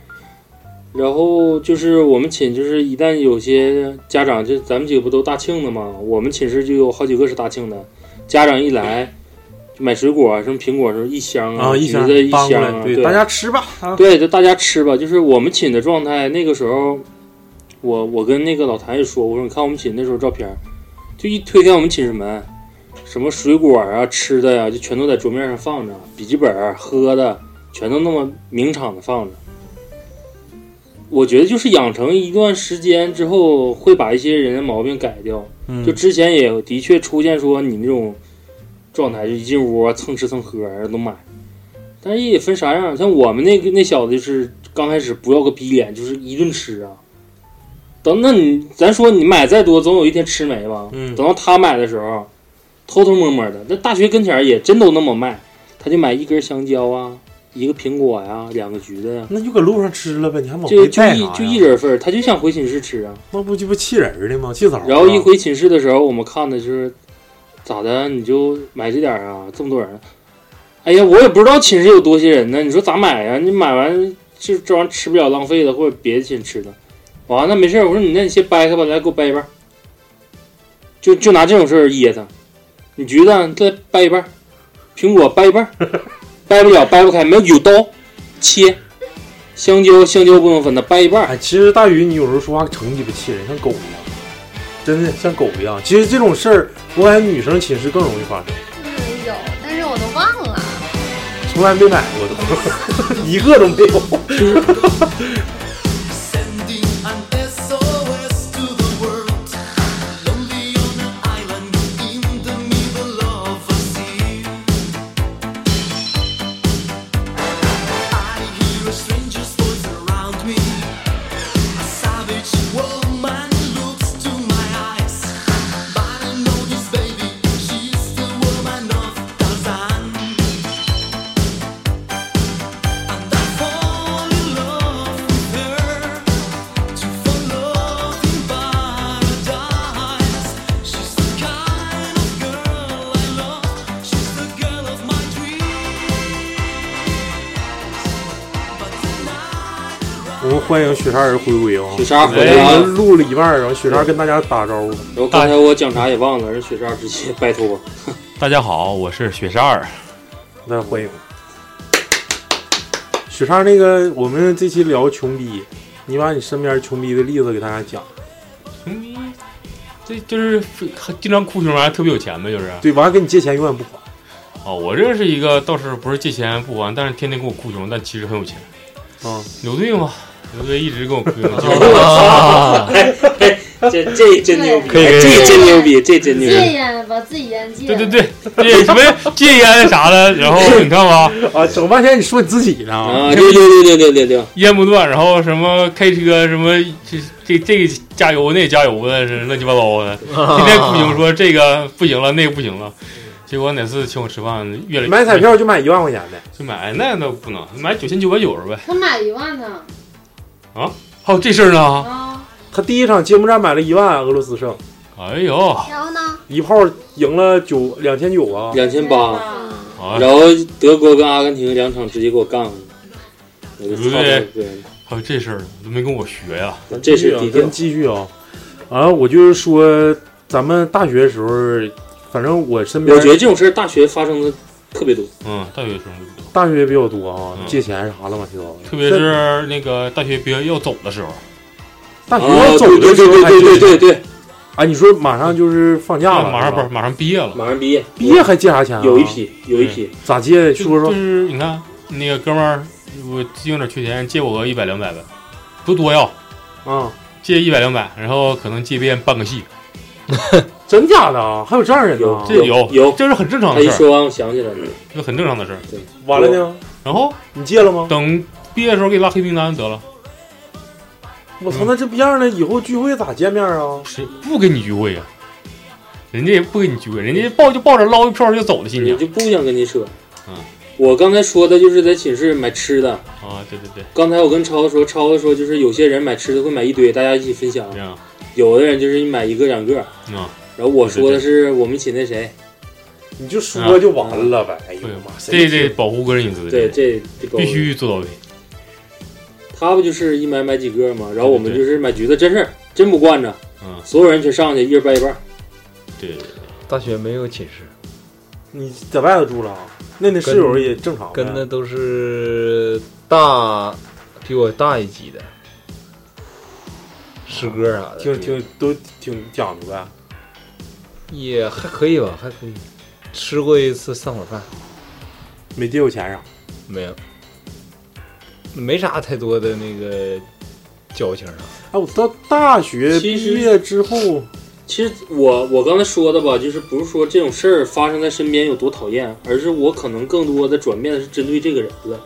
然后就是我们寝，就是一旦有些家长，就咱们几个不都大庆的嘛，我们寝室就有好几个是大庆的，家长一来就买水果啊，什么苹果什么一箱
啊一
橘
箱
子嗯一
搬过
箱
来
啊，
对
对，
大家吃吧，啊
对，就大家吃吧。就是我们寝的状态，那个时候，我我跟那个老谭也说，我说你看我们寝那时候照片儿，就一推开我们寝室门，什么水果啊、吃的呀、就全都在桌面上放着，笔记本儿、喝的全都那么明敞的放着。我觉得就是养成一段时间之后，会把一些人的毛病改掉。
嗯
就之前也的确出现说你那种状态，就一进屋啊蹭吃蹭喝，然后都买。但是也分啥样，像我们那个那小子就是刚开始不要个逼脸，就是一顿吃啊。等那你咱说你买再多，总有一天吃没吧？
嗯
等到他买的时候，偷偷摸摸的，那大学跟前儿也真都那么卖，他就买一根香蕉啊，一个苹果呀、两个橘子呀、
那就搁路上吃了呗，你还往
就
回
就
带
一
啥
就
呀
一人份儿，他就想回寝室吃啊。
那不鸡巴气人儿的吗？气啊死了。
然后一回寝室的时候，我们看的就是咋的，你就买这点儿啊，这么多人，哎呀，我也不知道寝室有多些人呢，你说咋买呀？你买完这这玩意儿吃不了，浪费了，或者别的寝吃的，完、了没事儿，我说你那你先掰开吧，来给我掰一半儿，就就拿这种事儿噎他，你橘子你再掰一半儿，苹果掰一半儿，掰不了，掰不开，没有有刀切，香蕉香蕉不能分的，掰一半儿。
哎，其实大宇，你有时候说话成鸡巴气人，像狗一样，真的像狗一样。其实这种事儿，我感觉女生寝室更容易发生，
嗯有，但是我都忘了。
从来没买过都， 一个都没有。我们欢迎雪莎儿回归啊！
雪莎回来了
我们录了一半儿，然后雪莎跟大家打招呼。
然后刚才我讲啥也忘了，人雪莎直接拜托。
大家好，我是雪莎儿。
那欢迎雪莎。那个，我们这期聊穷逼，你把你身边穷逼的例子给大家讲。
嗯这就是经常哭穷还特别有钱呗，就是。
对，完了跟你借钱永远不还。
哦，我认识一个，倒是不是借钱不还，但是天天跟我哭穷，但其实很有钱。
啊，
牛队嘛，牛队一直跟我哭穷。
我操！哎哎这这真牛逼，
可以可以
这真牛逼，这真牛
戒
逼。
烟把自己烟戒。
对对对，这什么戒烟啥的，然后你看吧，
啊，整半天你说你自己呢？
啊
六六六六六六六，
烟不断，然后什么开车，什么这这这个加油那个加油的，是乱七八糟的。
啊
今天哭穷说这个不行了，那个不行了，结果哪次请我吃饭越来
买彩票就买一万块钱的，
就买那那不能买九千九百九十呗
他买一万呢，啊
啊！还有这事儿呢？
他第一场揭幕战买了一万，俄罗斯胜，
哎呦，
然后呢？
一炮赢了九两千九啊，
两千八，
啊
然后德国跟阿根廷两场直接给我干了，我就操
对
对，
还有这事儿都没跟我学呀、
这是低调
咱继续啊。啊，我就是说，咱们大学的时候，反正我身边，
我觉得这种事儿大学发生的特别多。
嗯，大学生
大学比较多啊，
嗯
借钱啥的嘛，七糟的。
特别是那个大学毕业要走的时候，
大学
啊
要走的
对
时候
对
还
对
借钱，
对对
对。
啊，你说马上就是放假了，
马上不是
吧
马上毕业了，
马上毕业，
毕业还借啥钱啊？
有一批有一
嗯
批
咋借？说说
就。是你看那个哥们儿，我有点缺钱，借我个一百两百呗，不多要，
啊，
借一百两百，然后可能借遍半个系，
真假的啊？还有这样人
哦
呢？
这有
有，
这是很正常
哎
他
的
一
事
说
儿，
完，我想起来了，
这很正常的事儿。
完了呢？
然后
你借了吗？
等毕业的时候给你拉黑名单得了，
我操，那这逼样呢？以后聚会咋见面啊？
谁不跟你聚会呀、人家也不跟你聚会，人家抱就抱着捞一票就走的心
我
情
就不想跟你扯。
嗯，
我刚才说的就是在寝室买吃的。
啊！对对对，
刚才我跟超子说，超子说就是有些人买吃的会买一堆，大家一起分享。有的人就是你买一个两个。
啊，
然后我说的是我们寝那谁，
你就说就完了呗。哎呦妈，
这
谁
这保护个人隐私，
啊对这这保护
必须做到位。
他不就是一买买几个吗？然后我们
对
就是买橘子，真是真不惯着，
嗯
所有人全上去，一人掰一半。
对，
大学没有寝室，
你在外头住了啊，那那室友也正常呗。
跟的都是大比我大一级的师哥啥的，
挺挺都挺讲究呗。
也还可以吧，还可以。吃过一次散伙饭，
没借过钱啥？
没有，没啥太多的那个交情啊啥。
哎，我到大学
其实
毕业之后，
其实我我刚才说的吧，就是不是说这种事儿发生在身边有多讨厌，而是我可能更多的转变的是针对这个人的，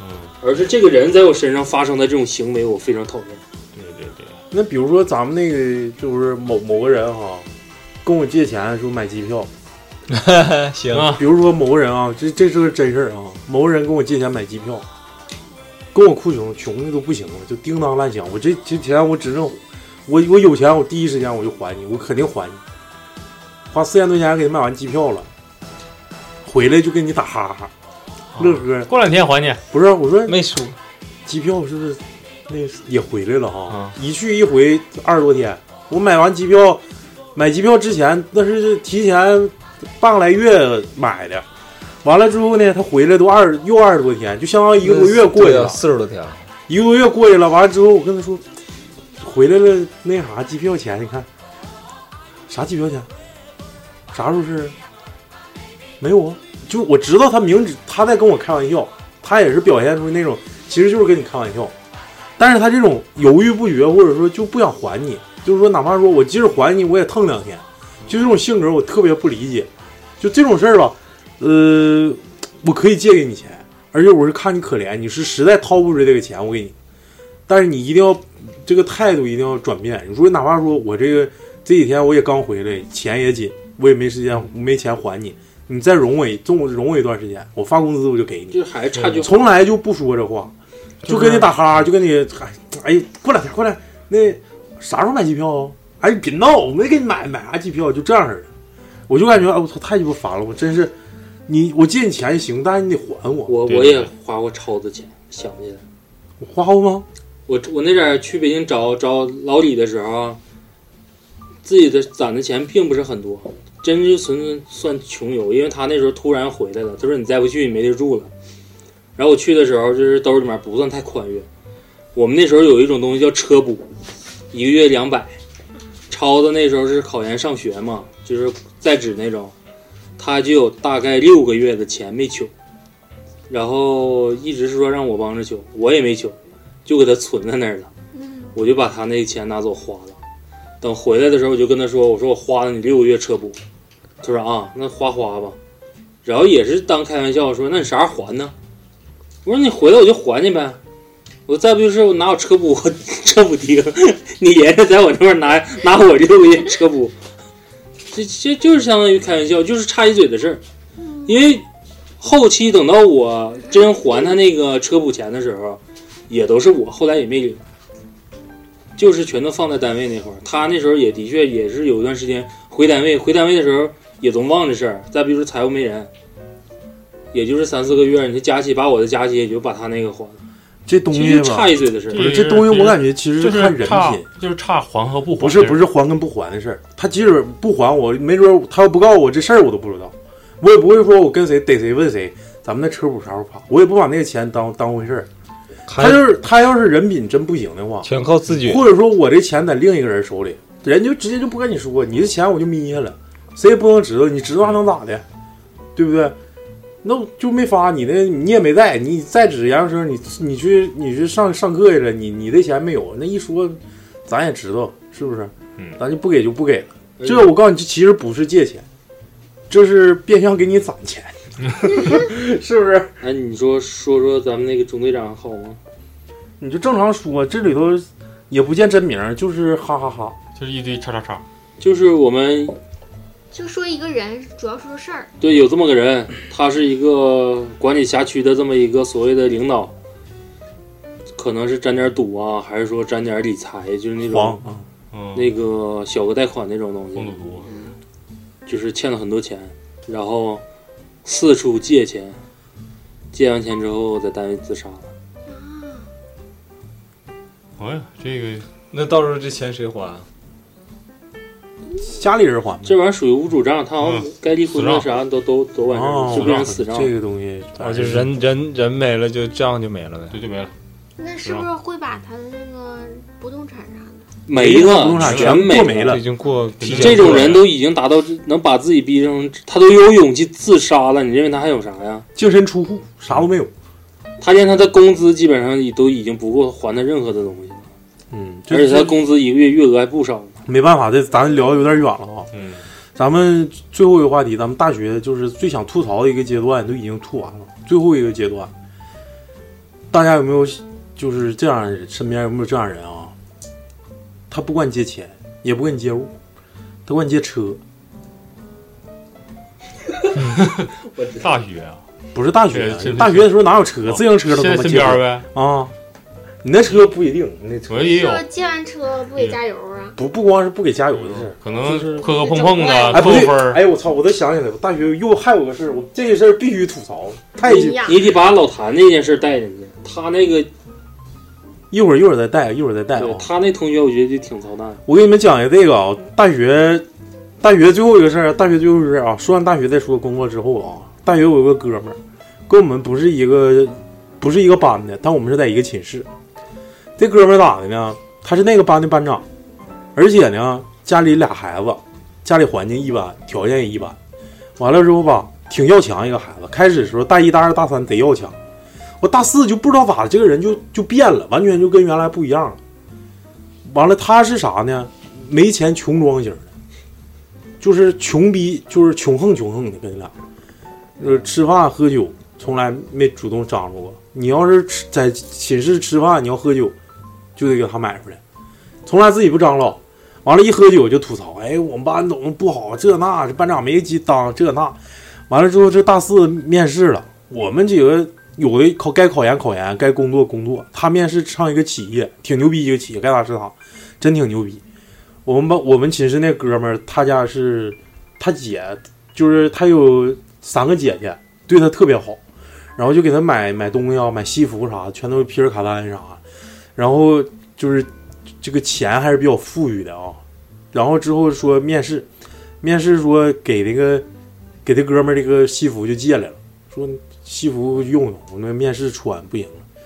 嗯
而是这个人在我身上发生的这种行为，我非常讨厌。
对对对，
那比如说咱们那个就是某某个人哈，跟我借钱说买机票，
啊行
比如说某个人啊，这这是个真事儿啊，某个人跟我借钱买机票，跟我哭穷，穷的都不行了，就叮当乱响。我这这钱我指定，我我有钱，我第一时间我就还你，我肯定还你。花四千多块钱给他买完机票了，回来就跟你打哈哈，
啊
乐呵。
过两天还你。
不是，我说
没输，
机票是不是那也回来了哈？一去一回二十多天。我买完机票，买机票之前那是提前半个来月买的，完了之后呢，他回来都二又二十多天，就相当于一个多月过去
对啊
了，
四十多天。
一个多月过去了。完了之后，我跟他说，回来了那啥机票钱，你看啥机票钱？啥时候是？没有啊，就我知道他明知他在跟我开玩笑，他也是表现出那种其实就是跟你开玩笑，但是他这种犹豫不决，或者说就不想还你，就是说哪怕说我即使还你，我也腾两天，就这种性格我特别不理解。就这种事儿吧，呃，我可以借给你钱，而且我是看你可怜，你是实在掏不出这个钱，我给你，但是你一定要这个态度一定要转变。你说哪怕说我这个这几天我也刚回来，钱也紧，我也没时间没钱还你，你再容我一容我容我一段时间，我发工资我就给你。
就还是差距
嗯从来就不说这话，就跟你打哈哈，就跟你哎哎，过两天过来，那啥时候买机票啊？哎，你别闹，我没给你买买啥机票，就这样式的。我就感觉哎，我操，太鸡巴烦了，我真是，你我借你钱行，但是你得还我。
我我也花过超子钱，想不起来。
花过吗？
我我那阵儿去北京找找老李的时候啊，自己的攒的钱并不是很多，真就纯纯算穷游。因为他那时候突然回来了，他说你再不去你没地儿住了。然后我去的时候就是兜里面不算太宽裕，我们那时候有一种东西叫车补，一个月两百。超子那时候是考研上学嘛，就是在职那种，他就有大概六个月的钱没取，然后一直是说让我帮着取，我也没取。就给他存在那儿了。
嗯
我就把他那钱拿走花了。等回来的时候，我就跟他说：“我说我花了你六个月车补。”他说：“啊，那花花吧。”然后也是当开玩笑说：“那你啥时候还呢？”我说：“你回来我就还你呗。”我再不就是我拿我 车补车补丁，你爷爷在我这边拿拿我六个月车补，这这就是相当于开玩笑，就是差一嘴的事儿。因为后期等到我真还他那个车补钱的时候，也都是我后来也没领，就是全都放在单位那块儿。他那时候也的确也是有一段时间回单位，回单位的时候也总忘这事儿。再比如说财务没人，也就是三四个月，你就加起把我的加起也就把他那个还了。
这东西吧，不是这东西，我感觉其实
就是
看人
差
品，，
就是差还和不还。
不是不是还跟不还的事儿。他即使不还我，没准儿他要不告我这事儿我都不知道，我也不会说我跟谁逮谁问谁，咱们那车补啥时候跑，我也不把那个钱当当回事儿。他就是他要是人品真不行的话，
全靠自觉
或者说我这钱在另一个人手里，人就直接就不跟你说，你的钱我就眯下了，谁也不能知道，你知道还能咋的，对不对？那我就没发你那，你也没在，你在职研究生，你你去你去上上课去了，你你的钱没有，那一说，咱也知道是不是？
嗯，
咱就不给就不给了。
哎
这我告诉你，这其实不是借钱，这是变相给你攒钱，是不是？
哎，你说说说咱们那个中队长好吗？
你就正常说，这里头也不见真名儿，就是哈哈哈
就是一堆叉叉叉。
就是我们
就说一个人，主要说事儿，
对，有这么个人，他是一个管理辖区的这么一个所谓的领导，可能是沾点赌啊，还是说沾点理财，就是那种
黄
嗯
那个小额贷款那种东西，就是欠了很多钱，然后四处借钱，借完钱之后在单位自杀了。
哎呀，这个
那到时候这钱谁啊还？
家里人还
这玩意儿属于无主账，他好像该离婚的啥都都都完事儿了，
哦
就变成死账。
这个东西
啊，就是人人人没了，就账就没了呗，
对，就没了。
那是不是会把他的那个不动产啥的？
没了，全
过
没了，
已经过。提前
这种
过
人
了
都已经达到能把自己逼成，他都有勇气自杀了，你认为他还有啥呀？
净身出户，啥都没有。
他连他的工资基本上也都已经不够还他任何的东西了，
嗯，
而且他工资一个月月额还不少。
没办法，这咱聊的有点远了啊。
嗯，
咱们最后一个话题，咱们大学就是最想吐槽的一个阶段都已经吐完了，最后一个阶段，大家有没有就是这样人身边有没有这样人啊？他不管你借钱，也不跟你借物，他管你借车，
大学啊，
不是大学
对这，
大学的时候哪有车？
哦
自行车都他妈
现在身
借
边
过
呗
啊！你那车不一定，你那车
哎
说借完车不给加油啊？
不不光是不给加油的事儿，
可
能
磕磕碰碰的
哎不
嗯
对
扣分儿
哎我操，我都想起来了，我大学又还有个事儿，我这个事儿必须吐槽，
哎
太
你你得把老谭那件事带进去，他那个
一会儿一会儿再带，一会儿再带啊
对。他那同学，我觉得就挺操蛋。
我给你们讲一个这个啊，大学，大学最后一个事儿，大学最后一个事儿啊，说完大学再说工作之后啊，大学我有个哥们儿，跟我们不是一个，不是一个班的，但我们是在一个寝室。这哥们儿咋的呢？他是那个班的班长，而且呢，家里俩孩子，家里环境一般，条件也一般。完了之后吧，挺要强一个孩子。开始的时候，大一、大二、大三贼要强，我大四就不知道咋的，这个人就就变了，完全就跟原来不一样了。完了，他是啥呢？没钱穷装型的，就是穷逼，就是穷横穷横的，跟俩，就是吃饭喝酒从来没主动张罗过。你要是吃在寝室吃饭，你要喝酒，就得给他买出来，从来自己不张罗。完了，一喝酒就吐槽，哎，我们班怎么不好，这那，这班长没鸡当，这那。完了之后，这大四面试了，我们几个有的考该考研考研，该工作工作。他面试上一个企业，挺牛逼一个企业，该咋是咋，真挺牛逼。我们班我们寝室那哥们儿，他家是他姐，就是他有三个姐姐，对他特别好，然后就给他买买东西啊，买西服啥的，全都是皮尔卡丹啥的。然后就是这个钱还是比较富裕的啊。然后之后说面试，面试说给那个给这哥们儿这个西服就借来了，说西服用用，我那面试穿不行了，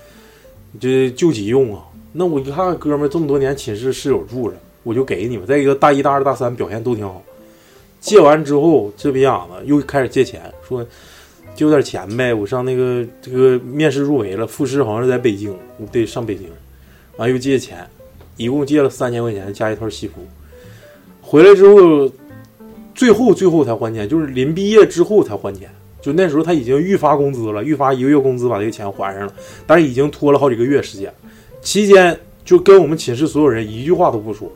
你这救急用啊。那我一看哥们儿这么多年寝室室友住着，我就给你们。再一个大一、大二、大三表现都挺好，借完之后这逼样子又开始借钱，说借我点钱呗，我上那个这个面试入围了，复试好像是在北京，我得上北京。完又借钱，一共借了三千块钱加一套西服。回来之后，最后最后才还钱，就是临毕业之后才还钱。就那时候他已经预发工资了，预发一个月工资把这个钱还上了，但是已经拖了好几个月时间。期间就跟我们寝室所有人一句话都不说。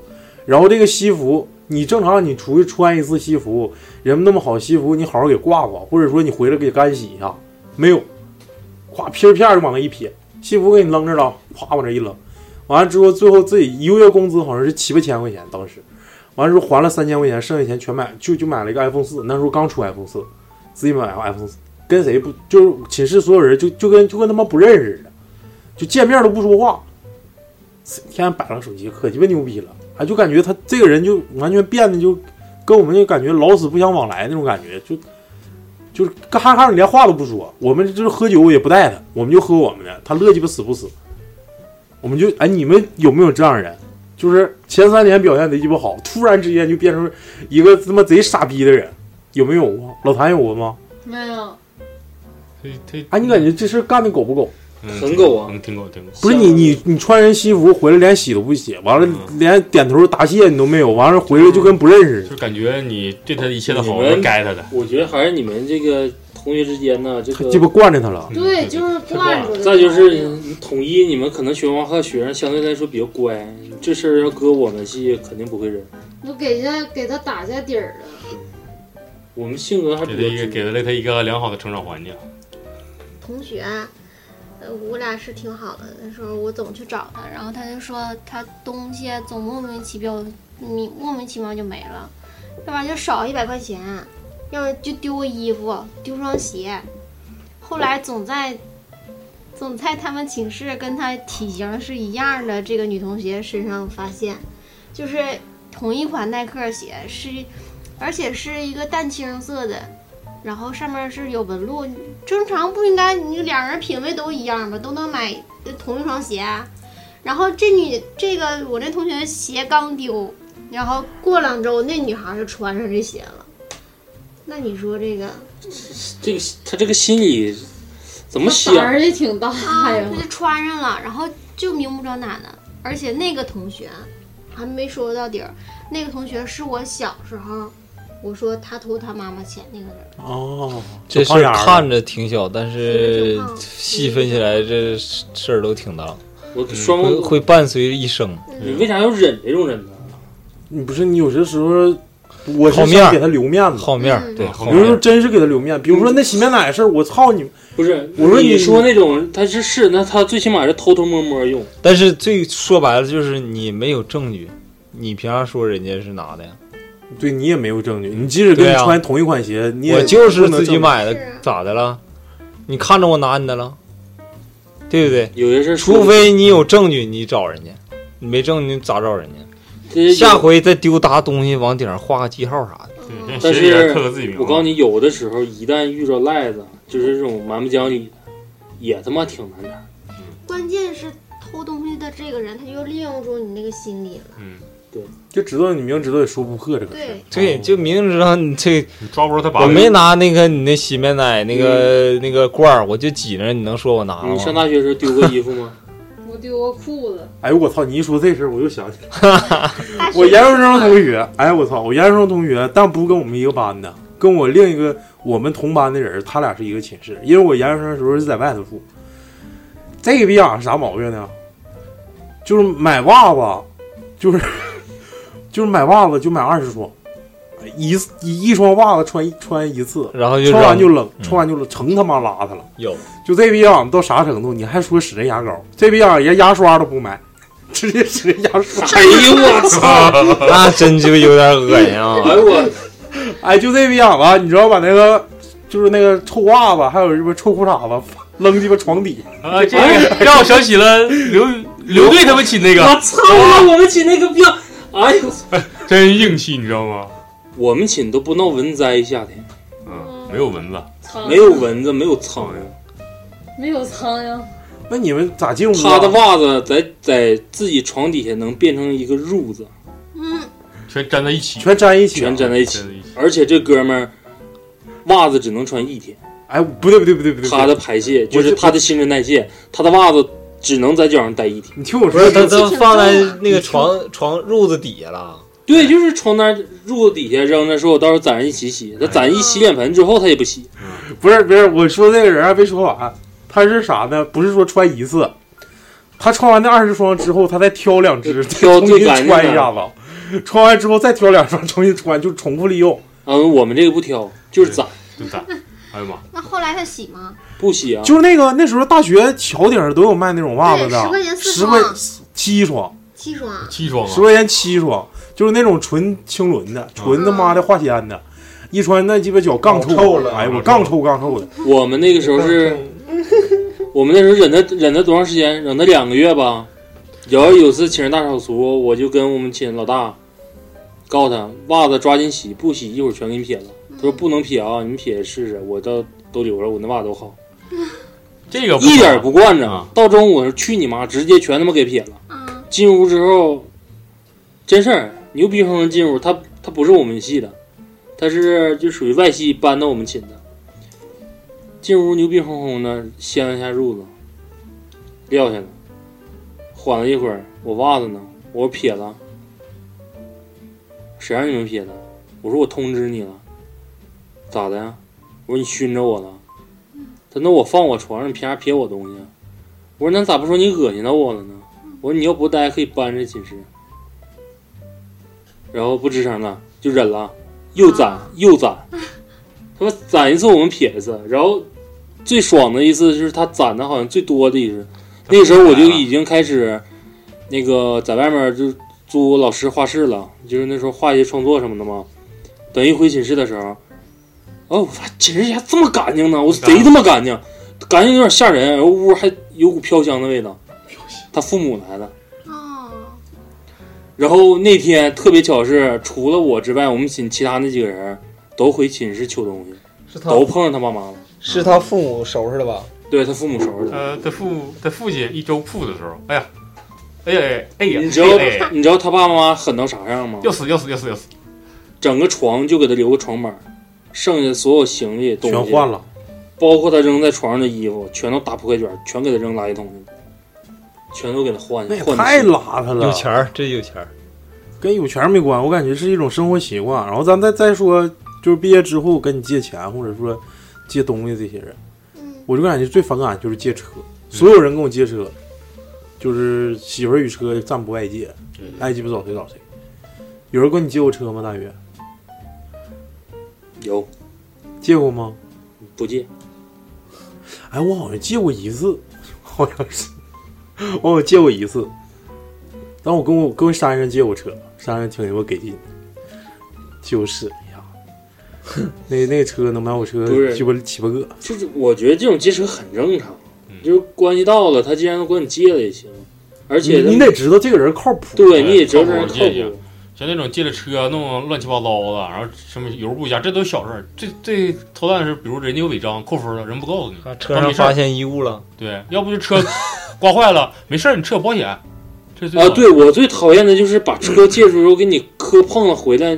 然后这个西服，你正常你出去穿一次西服，人们那么好西服，你好好给挂挂，或者说你回来给干洗一下，没有，咵皮儿片儿就往那一撇，西服给你扔这儿了，啪往这一扔。完了之后，最后自己一个月工资好像是七八千块钱，当时，完了之后还了三千块钱，剩下钱全买就就买了一个 iPhone 四，那时候刚出 iPhone 四，自己买个 iPhone 四，跟谁不就是寝室所有人就就跟就跟他妈不认识似的，就见面都不说话，天天摆上手机，可鸡巴牛逼了，啊，就感觉他这个人就完全变得就跟我们就感觉老死不相往来那种感觉，就就是嘎哈哈连话都不说，我们就是喝酒也不带他，我们就喝我们的，他乐鸡巴死不死，我们就哎，你们有没有这样人？就是前三年表现贼鸡巴好，突然之间就变成一个他妈贼傻逼的人，有没有啊？老谭有过吗？
没有，
哎，你感觉这事儿干的狗不狗？
嗯
很狗啊，
挺狗挺狗。
不是你你你穿人西服回来连洗都不洗，完了
嗯
连点头答谢你都没有，完了回来就跟不认识似的。
就感觉你对他一切的
你
好
们
是该他的。
我觉得还是你们这个同学之间呢，这个
鸡巴惯着他了
嗯
对，就是惯着的。
再就是统一，你们可能学生和学生相对来说比较乖，这事儿要搁我们系肯定不会忍。
都给他给他打下底儿了。
我们性格还
给
比
他一
较
个给了他一个良好的成长环境。
同学，呃，我俩是挺好的。那时候我总去找他，然后他就说他东西总莫名其妙，你莫名其妙就没了，要不然就少一百块钱，要不然就丢个衣服，丢双鞋。后来总在总在他们寝室跟他体型是一样的这个女同学身上发现，就是同一款耐克鞋，是而且是一个淡青色的，然后上面是有纹路，正常不应该你两人品味都一样吧，都能买同一双鞋啊、然后这女这个我那同学鞋刚丢，然后过两周那女孩就穿上这鞋了。那你说这个
这个他这个心理怎么想？
胆儿也挺大
啊，
呀。
她就穿上了，然后就明目张胆的。而且那个同学还没说到底儿，那个同学是我小时候我说他偷他妈妈钱那个人。
哦，
嗯这事
胖
儿
丫儿
看着挺小，但
是
是
个胖
细分起来这事儿都挺大，
我双
嗯会会伴随一生。
你为啥要忍这种人呢？
你不是你有些时候，我
好
是
面
想
儿
给他留面子，
好面儿嗯对好
有时
面
候
儿
真是给他留面，比如说那洗面奶的事儿，我操你！
不是，
我说
你
你
说那种他是是，那他最起码是偷偷摸摸用。
但是最说白了就是你没有证据，你凭啥说人家是拿的呀？
对你也没有证据，你即使跟
对
你
啊
穿同一款鞋，你也
我就是
不能
自己
证明
买的，咋的了？你看着我拿你的了，对不对？
有些事，
除非你有证据，你找人家，你没证据你咋找人
这
家？下回再丢沓东西往顶上画个记号啥的。
但
鞋底
是
儿刻个自己名字
我告诉你，有的时候一旦遇着赖子，就是这种蛮不讲理的，也他妈挺难打。
关键是偷东西的这个人，他就利用住你那个心理了。
嗯，
对，
就知道你明知道也说不破这个事儿。
对，就明知道你这
抓不住他把柄
我没拿那个你那洗面奶那个那个罐儿，我就挤着，你能说我拿了
你上
吗？
大学的时候丢过衣服吗？
我丢过裤子，
哎呦我操！你一说这事儿，我又想起来，我研究生同学，哎我操，我研究生同学，但不跟我们一个班的，跟我另一个我们同班的人，他俩是一个寝室，因为我研究生的时候是在外头住。这个逼养啥毛病呢？就是买袜子，就是就是买袜子就买二十双，一次一一双袜子穿一穿一次，
然后就
穿完
扔
就扔，
嗯
穿完就扔，成他妈邋遢了。
有
就这逼样到啥程度？你还说使这牙膏？这逼样连牙刷都不买， 直接使这牙刷。
哎呦我操
那真就有点恶心啊！
哎我，
哎，就这逼样完，你知道把那个就是那个臭袜子，还有什么臭裤衩子，扔鸡巴床底下。
啊，这
哎
个让我想起了刘刘队他们寝那个，
啊
我操！我们寝那个病，哎呦，
真硬气，你知道吗？
我们寝都不闹蚊灾，夏天
没有蚊子，
苍
没有蚊子，没有苍蝇。
没有苍蝇，
那你们咋啊进屋、
他的袜子在在自己床底下能变成一个褥子，
嗯，
全粘在一起，
全粘一起，啊
全粘在一起。而且这哥们儿袜子只能穿一天，
哎，不对不对不对不对，
他的排泄就
我
是
就
他的新陈代谢，他的袜子只能在脚上待一天。
你听我
不是他他放在那个床床褥子底下了，
对，就是床单褥子底下扔着，说我到时候攒一起洗。他攒一洗脸盆之后，他也不洗。
不是不是，我说那个人还没说完，啊他是啥呢？不是说穿一次，他穿完那二十双之后，他再挑两只，
挑
重新
最干净的
穿一下子，穿完之后再挑两双重新穿，就重复利用。
嗯，我们这个不挑，就是攒，
就攒。哎呀妈，
那后来他洗吗？
不洗啊！
就是那个那时候大学桥顶上都有卖那种袜子
对10
的，
块钱四
十
双
块七双，
七双啊，
七双
十块钱七双，就是那种纯青纶的，纯他妈的化纤的，一穿那鸡巴脚
嗯
杠
老臭
臭
了啊
哎呦我杠臭杠臭的。
我们那个时候是， 我们那时候忍他忍他多长时间？忍他两个月吧。然后有次请人大扫除，我就跟我们寝老大告诉他，袜子抓紧洗，不洗一会儿全给你撇了。他说不能撇啊，你们撇试试。我到都留着，我那袜子多好。
这个不
一点儿不惯着，到中午去你妈，直接全他妈给撇了。进屋之后，真事儿，牛逼哼哼进屋，他他不是我们系的，他是就属于外系搬到我们寝的。进屋牛逼哄哄的掀了一下褥子，撂下了。缓了一会儿，我袜子呢？我撇了。谁让你们撇的？我说我通知你了。咋的呀？我说你熏着我了。他那我放我床上，你凭啥撇我东西啊？我说那咋不说你恶心到我了呢？我说你要不待可以搬这寝室。然后不吱声了，就忍了，又攒又攒，他妈攒一次我们撇一次，然后最爽的一次就是他攒的好像最多的一次，那时候我就已经开始那个在外面就租老师画室了，就是那时候画一些创作什么的嘛。等一回寝室的时候，哦，我发现寝室还这么干净呢，我贼他妈干净，干净有点吓人，然后屋还有股飘香的味道。他父母来了。然后那天特别巧是，除了我之外，我们寝其他那几个人都回寝室取东西，
他
都碰上他爸妈了。
是他父母收拾的吧？
对他父母收拾的。
呃，他父他父亲一周铺的时候，哎呀，哎呀哎呀哎呀，
你知道、
哎呀
你知道他爸妈狠到啥样吗？
要死要死要死要死！
整个床就给他留个床板，剩下所有行李东西
全换了，
包括他扔在床上的衣服，全都打破开卷，全给他扔垃圾桶里了，全都给他换
那也
换
太
去了
邋遢了。
有钱
儿，
这有钱儿，
跟有钱儿没关，我感觉是一种生活习惯。然后咱再再说，就是毕业之后跟你借钱或者说借东西这些人，我就感觉最反感就是借车。所有人跟我借车，就是媳妇儿与车暂不外借，爱鸡巴找谁找谁。有人管你借过车吗？大约
有
借过吗？
不借？
哎，我好像借过一次，好像是，我好像借过一次。但我跟我跟我珊珊借过车，珊珊挺鸡巴给劲，就是哎呀， 那那车能把我车
不是
鸡巴七八个，
就是我觉得这种借车很正常，就是关系到了，他既然管你借了也行，而且他
你你得知道这个人靠谱，
对，你也知道这
靠
人
谱
靠
借
谱
去。像那种借了车啊弄乱七八糟的，然后什么油不加，这都是小事儿。最最头大的是，比如人家有违章扣分了，人不告诉你，
嗯
车上发现衣物了，
对，要不就车刮坏了，没事儿，你车有保险。这是最
啊，
早
对我最讨厌的就是把车借出之后给你磕碰了回来，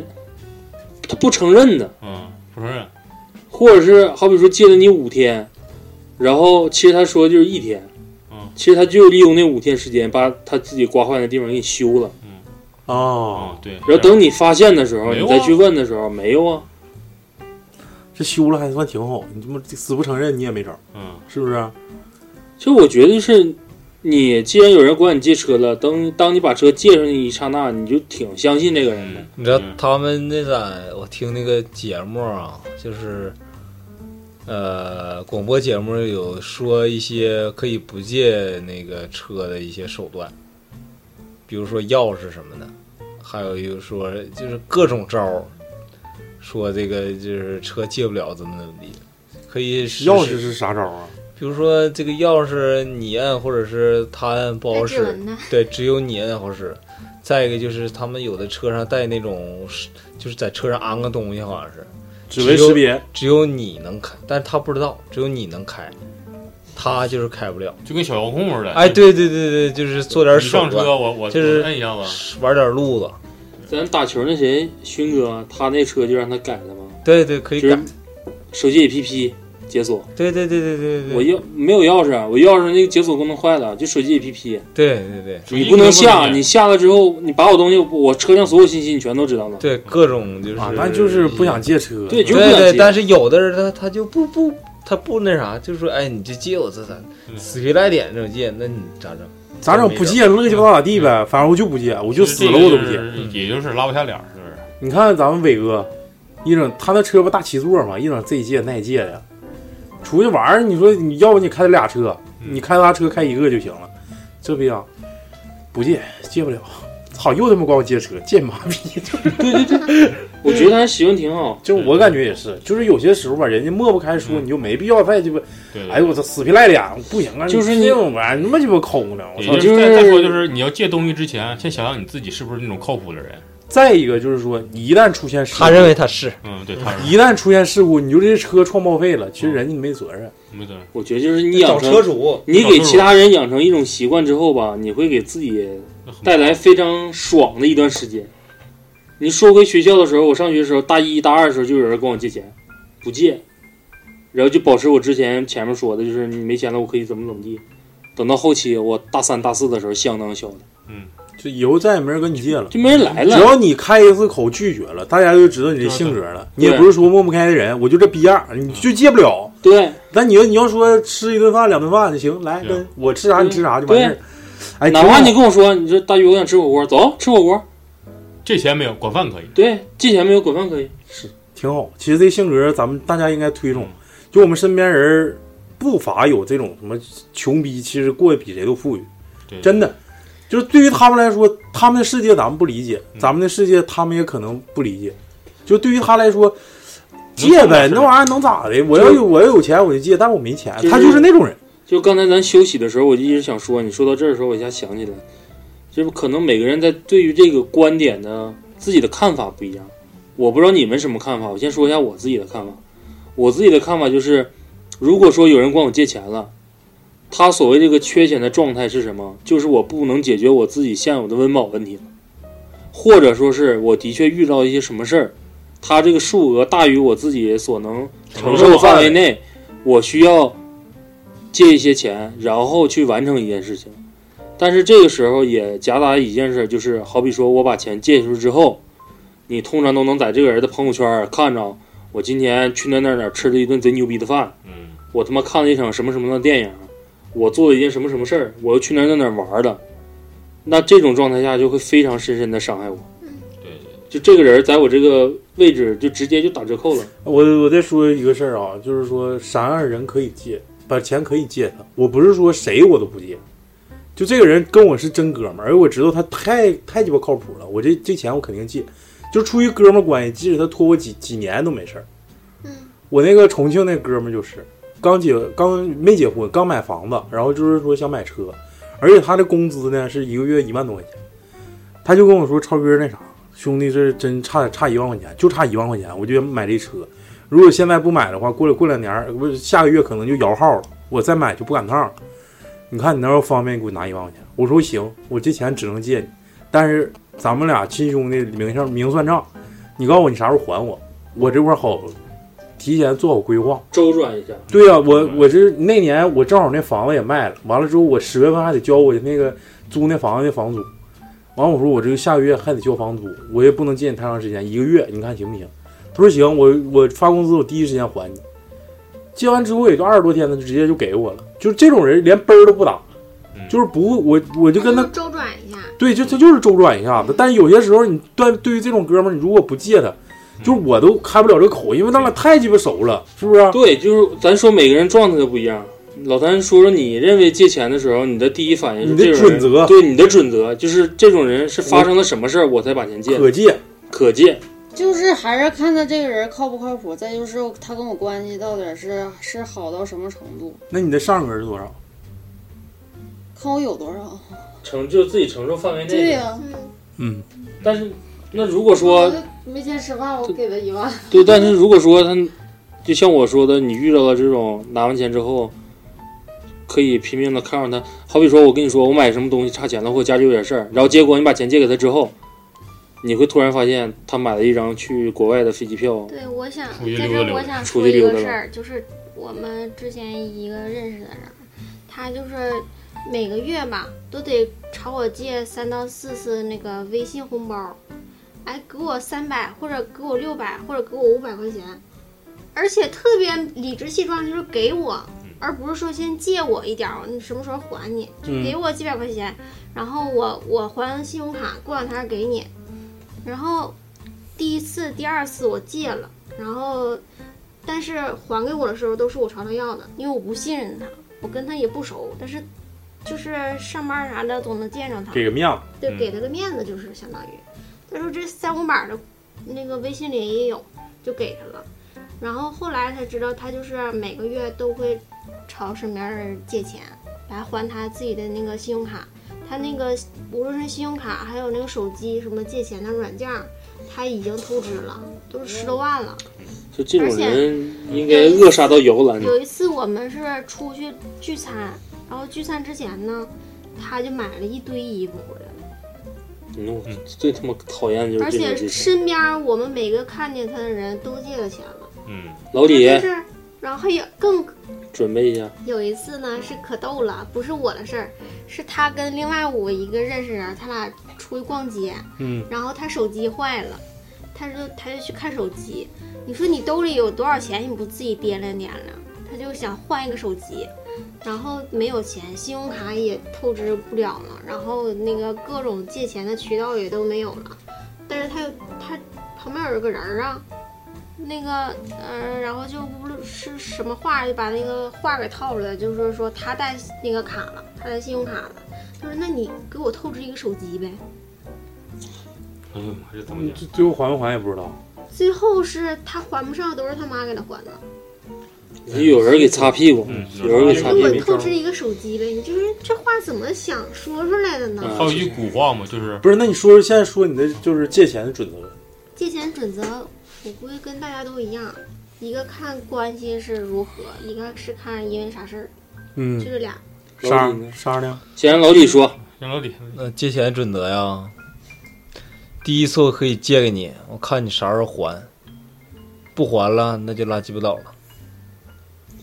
他不承认的，
嗯，不承认。
或者是好比说借了你五天，然后其实他说就是一天，
嗯，
其实他就利用那五天时间把他自己刮坏的地方给你修了，
哦，
嗯对啊
然后等你发现的时候，
啊没有
你
啊
再去问的时候没有啊，
这修了还算挺好，你他妈死不承认你也没招，
嗯，
是啊不是？
其实我觉得是，你既然有人管你借车了，当当你把车借上去一刹那，你就挺相信这个人的。
嗯
嗯
你知道他们那在我听那个节目啊，就是呃广播节目有说一些可以不借那个车的一些手段，比如说钥匙什么的，还有就是说就是各种招儿，说这个就是车借不了怎么怎么地，可以实施
钥匙是啥招啊？
比如说这个钥匙你摁，或者是他摁不
带
好
指
使
纹的，
对，只有你摁好使。再一个就是他们有的车上带那种是，就是在车上安个东西，好像是
指纹
只有
识别，
只有你能开，但是他不知道，只有你能开，他就是开不了，
就跟小遥控似的
哎，对对对对，就是做点手段，
你上车我我
就是
我摁一下子
玩点路子，
咱打球那谁勋哥，他那车就让他改了吗？
对对，可以
就是
改，
手机 APP 解锁。
对对对对对对，
我钥没有钥匙，啊我钥匙那个解锁功能坏了，就手机 APP。
对对对，
你不能下，你下了之后，你把我东西，我车上所有信息你全都知道了。
对各种就是，
啊，那就是不想借车，
对就是不
对
想
对，
借
但是有的人他他就不不他不那啥，就说哎，你就借我这咱死皮赖脸这种借，那你咋整？
咋整？不借，乐鸡巴咋咋地呗，反正我就不借，我就死了我都不借。
也就是拉不下脸儿，是不是？
你看咱们伟哥，一整他那车不大七座嘛，一整这一届那一届的，出去玩儿，你说你要不你开他俩车，你开他车开一个就行了，这不呀，不借，借不了，操，又他妈管我借车，借你妈逼！
我觉得他习惯挺好，
就是我感觉也是，就是有些时候吧，人家抹不开说，你就没必要再鸡巴，
嗯
哎呦我操，死皮赖脸，不行啊，
就是
这种玩意儿，他妈鸡巴抠呢，我
也
操，
就是再再说就是你要借东西之前，先想想你自己是不是那种靠谱的人。
再一个就是说，你一旦出现事故，
他认为
他是，
嗯，对，他是
一旦出现事故，你就这车撞报废了，其实人家没责任。
没责任，
我觉得就是你养成
找车主
你给其他人养成一种习惯之后吧，你会给自己带来非常爽的一段时间。你说回学校的时候，我上学的时候，大一大二的时候就有人管我借钱，不借，然后就保持我之前前面说的，就是你没钱了，我可以怎么怎么地。等到后期我大三大四的时候，相当小了，
嗯，
就以后再也没人跟你借了，
就没人来了
只要你开一次口拒绝了，大家就知道你这性格了。你
对
也不是说抹不开的人，我就这逼样儿，你就借不了。
对，
但你要你要说吃一顿饭两顿饭就行，来跟我吃啥你吃啥就完事儿
对。啊
哎，
哪
挺
怕
好
你跟我说，你说大宇，我想吃火锅，走吃火锅。
借钱没有，管饭可以。
对，借钱没有，管饭可以。
是挺好。其实这性格咱们大家应该推崇，就我们身边人不乏有这种什么穷逼，其实过得比谁都富裕，
对
真的。就是对于他们来说，他们的世界咱们不理解，咱们的世界他们也可能不理解。就对于他来说，借呗，那玩意儿能咋的？我要有我要有钱我就借，但我没钱。
就是
他就是那种人，
就刚才咱休息的时候，我就一直想说，你说到这儿的时候，我一下想起来，就是可能每个人在对于这个观点的自己的看法不一样。我不知道你们什么看法，我先说一下我自己的看法。我自己的看法就是，如果说有人管我借钱了，他所谓这个缺钱的状态是什么？就是我不能解决我自己现有的温饱问题了，或者说是我的确遇到一些什么事儿，他这个数额大于我自己所能承受的范围内，我需要借一些钱，然后去完成一件事情。但是这个时候也夹杂一件事，就是好比说我把钱借出去之后，你通常都能在这个人的朋友圈儿看着我今天去那那儿哪儿吃了一顿贼牛逼的饭，
嗯，
我他妈看了一场什么什么的电影，我做了一件什么什么事儿，我又去那儿那儿哪儿玩儿了。那这种状态下就会非常深深的伤害我。对，就这个人在我这个位置就直接就打折扣了。
我我再说一个事儿啊，就是说啥样的人可以借，把钱可以借他。我不是说谁我都不借，就这个人跟我是真哥们儿，而且我知道他太太鸡巴靠谱了，我这这钱我肯定借，就出于哥们儿关系，即使他拖我几几年都没事儿。我那个重庆那哥们儿就是刚结刚没结婚，刚买房子，然后就是说想买车，而且他的工资呢是一个月一万多块钱，他就跟我说超哥那啥兄弟这真差差一万块钱，就差一万块钱，我就买这车。如果现在不买的话，过了过两年儿不是下个月可能就摇号了，我再买就不赶趟儿了。你看你那要方便给我拿一万块钱，我说行，我这钱只能借你，但是咱们俩亲兄弟明上明算账，你告诉我你啥时候还我，我这块儿好提前做好规划。
周转一下，
对呀、我我这那年我正好那房子也卖了，完了之后我十月份还得交我那个租那房子的房租，完了我说我这个下个月还得交房租，我也不能借你太长时间，一个月你看行不行？他说行，我我发工资我第一时间还你，借完之后也就二十多天，他就直接就给我了，就是这种人连奔儿都不打，就是不我我就跟他
周转一下，
对，就他就是周转一下子。但是有些时候你对对于这种哥们儿，你如果不借他，就是我都开不了这口，因为咱俩太鸡巴熟了，是啊不是？
对，就是咱说每个人状态都不一样。老谭说说你认为借钱的时候，你的第一反应是
你的
这种人
准则
对你的准则就是这种人是发生了什么事儿我才把钱借，
可借，
可借。
就是还是看他这个人靠不靠谱，再就是他跟我关系到底是是好到什么程度，
那你的上格是多少？
看我有多少。
承就自己承受范围内。
对呀、
嗯，
但是那如果说
没钱吃饭，我给他一万。
对，但是如果说他，就像我说的，你遇到了这种拿完钱之后，可以拼命的看上他。好比说，我跟你说，我买什么东西差钱了，或家里有点事儿，然后结果你把钱借给他之后，你会突然发现他买了一张去国外的飞机票。
对，我想
出去
在
溜达
这
溜
我
达
想
出
说
去
一
溜
个
达
事
吧
儿，就是我们之前一个认识的人，他就是每个月吧都得朝我借三到四次那个微信红包，哎，给我三百或者给我六百或者给我五百块钱，而且特别理直气壮，就是给我，而不是说先借我一点儿，你什么时候还你，就
嗯
给我几百块钱，然后我我还信用卡，过两天给你，然后第一次、第二次我借了，然后但是还给我的时候都是我朝他要的，因为我不信任他，我跟他也不熟，但是就是上班啥的总能见着他，
给个面子
对，
嗯
给他个面子就是相当于。他说这三五百的，那个微信里也有，就给他了。然后后来才知道，他就是每个月都会朝身边人借钱来还他自己的那个信用卡。他那个无论是信用卡，还有那个手机什么借钱的软件儿，他已经透支了，都是十多万了。
就这种人应该
而且
扼杀到摇篮里。
有一次我们是出去聚餐，然后聚餐之前呢，他就买了一堆衣服回来。
嗯，我最他妈讨厌就
而
是这
且
种这种。
身边儿我们每个看见他的人都借他钱了，
嗯，老李
就是，然后还有更
准备一下，
有一次呢是可逗了，不是我的事儿，是他跟另外我一个认识人，他俩出去逛街，
嗯
然后他手机坏了，他说他就去看手机，你说你兜里有多少钱，你不自己掂量掂量？他就想换一个手机，然后没有钱，信用卡也透支不了了，然后那个各种借钱的渠道也都没有了，但是他又他旁边有一个人儿啊，那个，嗯、然后就无论是什么话，就把那个话给套出来，就是说他带那个卡了，他带信用卡了。他说：“那你给我透支一个手机呗。
哎呦妈，这怎
嗯
么最最后还不还也不知道。”
最后是他还不上，都是他妈给他还的。
有人给擦屁股，
嗯
有人给擦
给我
屁
透
股。
支一个手机呗，你就是这话怎么想说出来的呢？
嗯
还有一句古话嘛，就是
不是，那你说说现在说你的就是借钱的准则，
借钱准则，我估计跟大家都一样，一个看关系是如何，一个是看因为啥事儿，
嗯
就这俩。
啥啥的？
先让老李说，
让老李。
嗯
那借钱准则呀，第一次我可以借给你，我看你啥时候还，不还了那就拉鸡巴倒了。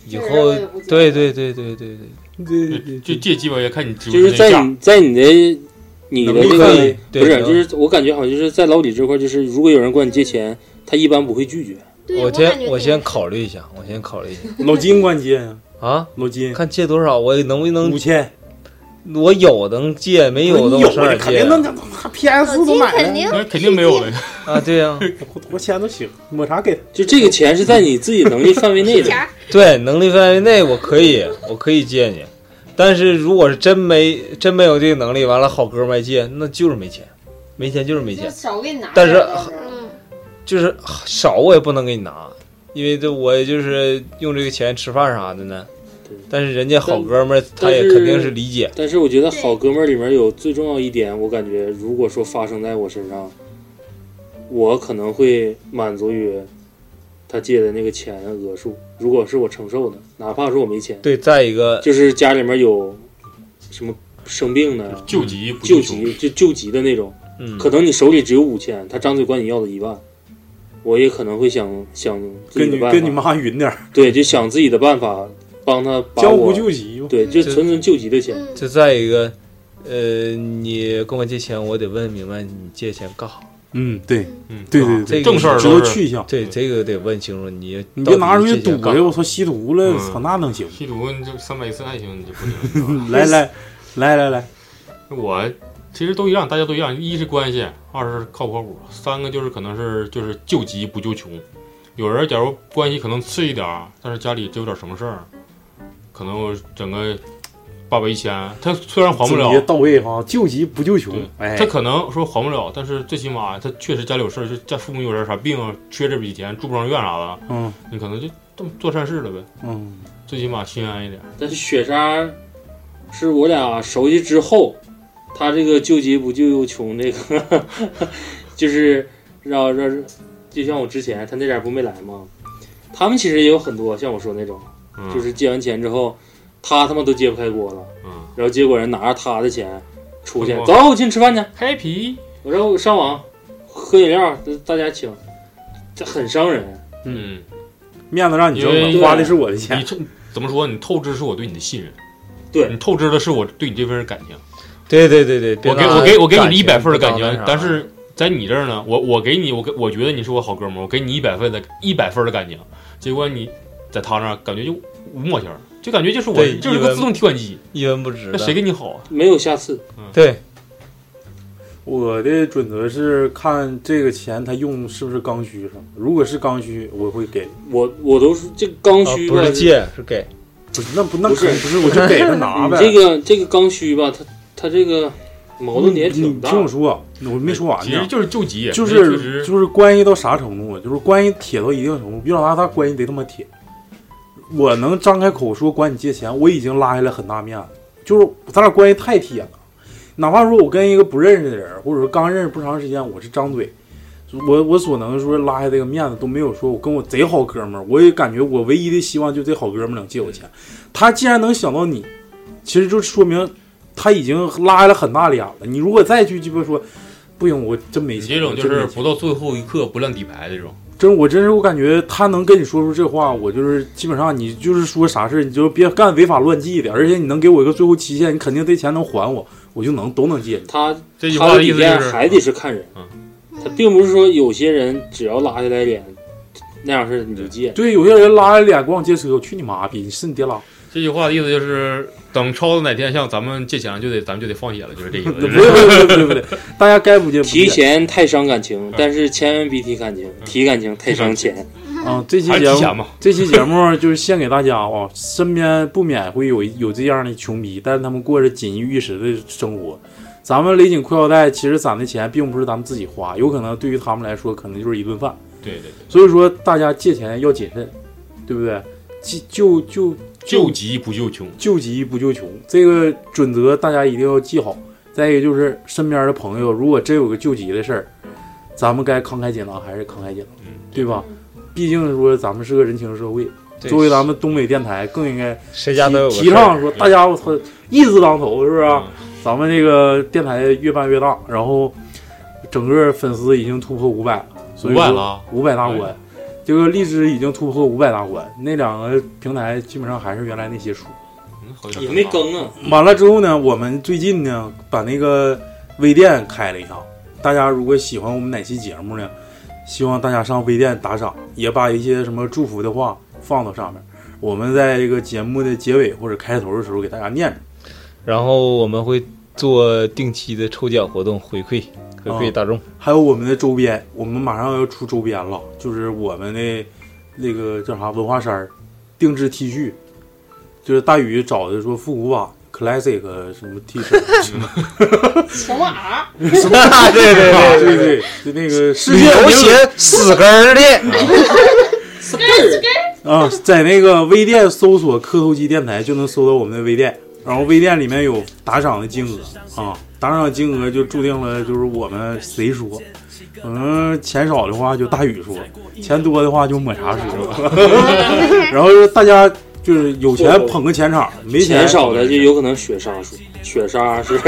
以
这人
后
我也不借
对对对对对对
嗯
对，就借鸡巴也看你值不
就
值
是
那
在
价。
你在你的你的这
能力
个
对
不是，
能
就是我感觉好像就是在老李这块，就是如果有人管你借钱，他一般不会拒绝。
对，我先我先考虑一下，我先考虑一下。
老金管借呀？
啊，
老金
看借多少，我能不能
五千？
我有能借，没
不
有
是
的
你
我
有
上哪
的
儿
肯
借
定
啊？
能他 PS 都买了，
那肯定没有了。
啊，对呀，
多钱都行，抹茶给他。
就这个钱是在你自己能力范围内的。
对，能力范围内我可以，我可以借你。但是如果是真没真没有这个能力，完了好哥们儿借，那就是没钱，没钱就是没
就
钱。
少给你拿
但
点
是
儿倒是
嗯
就是少我也不能给你拿，因为这我也就是用这个钱吃饭啥的呢。但是人家好哥们儿他也肯定是理解。
但是我觉得好哥们儿里面有最重要一点，我感觉如果说发生在我身上，我可能会满足于他借的那个钱的额数，如果是我承受的，哪怕是我没钱。
对，再一个
就是家里面有什么生病的
救急不
嗯救
救
急就救急的那种，
嗯
可能你手里只有五千，他张嘴管你要了一万，我也可能会想想自己
跟
的
你
办法
跟你妈匀点儿，
对，就想自己的办法帮他把
江
我
湖救急嘛
对，就纯纯救急的
嗯
钱。
就再一个，呃，你跟我借钱，我得问明白你借钱干啥。
嗯，对，
嗯，
对对
这
对，
个
值得去一下。
对，这个得问清楚，你
嗯你别拿出去赌
去
去，我操，吸毒了，
嗯
操，那 能行？
吸毒你就三百一次爱情你就不行。
来来 来来来，
我其实都一样，大家都一样，一是关系，二是靠不靠谱，三个就是可能是就是救急不救穷。有人假如关系可能次一点儿，但是家里真有点什么事儿，可能我整个八百一千，他虽然还不了
总结，到位哈，救急不救穷。哎，
他可能说还不了，但是最起码他确实家里有事儿，就家父母有点啥病啊，缺这笔钱住不上院啥的，
嗯，
你可能就这么做善事了呗，
嗯，
最起码心安一点。
但是雪莎是我俩熟悉之后，她这个救急不救穷这个， 就是让让，就像我之前她那点儿不没来吗？他们其实也有很多像我说那种，
嗯
就是借完钱之后，他他妈都揭不开锅了，
嗯，
然后结果人拿着他的钱出去
嗯，
走，我请吃饭去
，happy，
我说我上网喝饮料，大家请，这很伤人。
嗯，
面子让你
因为
挣，花的是我的 钱
你。这怎么说？你透支是我对你的信任，
对
你透支的是我对你这份感情。
对对对对，别
我给
拿
我给我给你一百
感
份的感
情当那
情
啥，
但是在你这儿呢，我我给你，我给我觉得你是我好哥们儿，我给你一百份的一百份的感情，结果你在他那儿感觉就五毛钱儿，就感觉就是我
对
就是
一
个
文
自动提款机，
一文不值
那
的
谁给你好啊？
没有下次。
对，
我的准则是看这个钱他用是不是刚需上，如果是刚需，我会给。
我我都是这刚需吧
不是借是
给。
不是那不那
不是
肯定不是，我就给他拿 呗。
你这个这个刚需吧，他他这个矛盾点
你
挺
你
大。
听我说，我没说完呢。
其实就是救急
就
那确实
是就是关系到啥程度啊？就是关系铁到一定程度，比老大他关系得他妈铁。我能张开口说管你借钱，我已经拉下来很大面子。就是咱俩关系太铁了，哪怕说我跟一个不认识的人，或者说刚认识不长时间，我是张嘴，我我所能说拉下这个面子都没有说我跟我贼好哥们儿，我也感觉我唯一的希望就这好哥们儿能借我钱。
嗯
他既然能想到你，其实就说明他已经拉下来很大脸了。你如果再去鸡巴说，不行，我真没
你
钱，
这种就
真没
是
钱
不到最后一刻不亮底牌这种，
真，我真是我感觉他能跟你说出这话，我就是基本上你就是说啥事儿你就别干违法乱纪的，而且你能给我一个最后期限，你肯定这钱能还我，我就能都能借你。
他
这句
他
话的
底
意思
线
就是
还得是看人，他并不是说有些人只要拉下来脸那样式儿你就借。
对，有些人拉着脸管我借车，我去你妈逼，你是你爹拉。
这句话的意思就是，等超子哪天向咱们借钱了，就得咱们就得放血了，就是这 意思。
不对不对不对不对， 大家该不借不借。
提钱太伤感情，但是千万别提感情，提感情太伤钱。
啊，这期
还是
节
提前
目
吧
这期节目就是献给大家啊、身边不免会有有这样的穷逼，但是他们过着锦衣玉食的生活。咱们勒紧裤腰带，其实攒的钱并不是咱们自己花，有可能对于他们来说，可能就是一顿饭。
对对对，
所以说，大家借钱要谨慎，对不对？就就就
救急不救穷。
救急不救穷，这个准则大家一定要记好。再一个就是身边的朋友，如果真有个救急的事儿，咱们该慷慨解囊还是慷慨解囊，
嗯
对吧？毕竟说咱们是个人情社会，
对
作为咱们东北电台，更应该
谁家都有个
提
事儿嗯
提倡说大家我操义字当头，是不是啊？咱们这个电台越办越大，然后整个粉丝已经突破五百了，所以
500了啊
五百大关。这个荔枝已经突破五百大关，那两个平台基本上还是原来那些数。
也没更啊，
完了之后呢，我们最近呢把那个微店开了一下。大家如果喜欢我们哪期节目呢，希望大家上微店打赏，也把一些什么祝福的话放到上面。我们在这个节目的结尾或者开头的时候给大家念着。
然后我们会做定期的抽奖活动回馈回
哦
馈大众。
啊还有我们的周边，我们马上要出周边了，就是我们的那个叫啥文化衫儿定制 T 恤，就是大宇找的说复古版 classic 什么 T 恤，什么
小马儿
什么
对对啊对
对对对，就那个世界
旅游
名
鞋死根 儿
的啊，在那个微店搜索“磕头机电台”就能搜到我们的微店，然后微店里面有打赏的金额啊，打赏金额就注定了就是我们谁说，可能钱少的话就大宇说，钱多的话就抹茶说， 然后大家就是有钱捧个钱场，没
钱少的就有可能雪杀术，雪杀是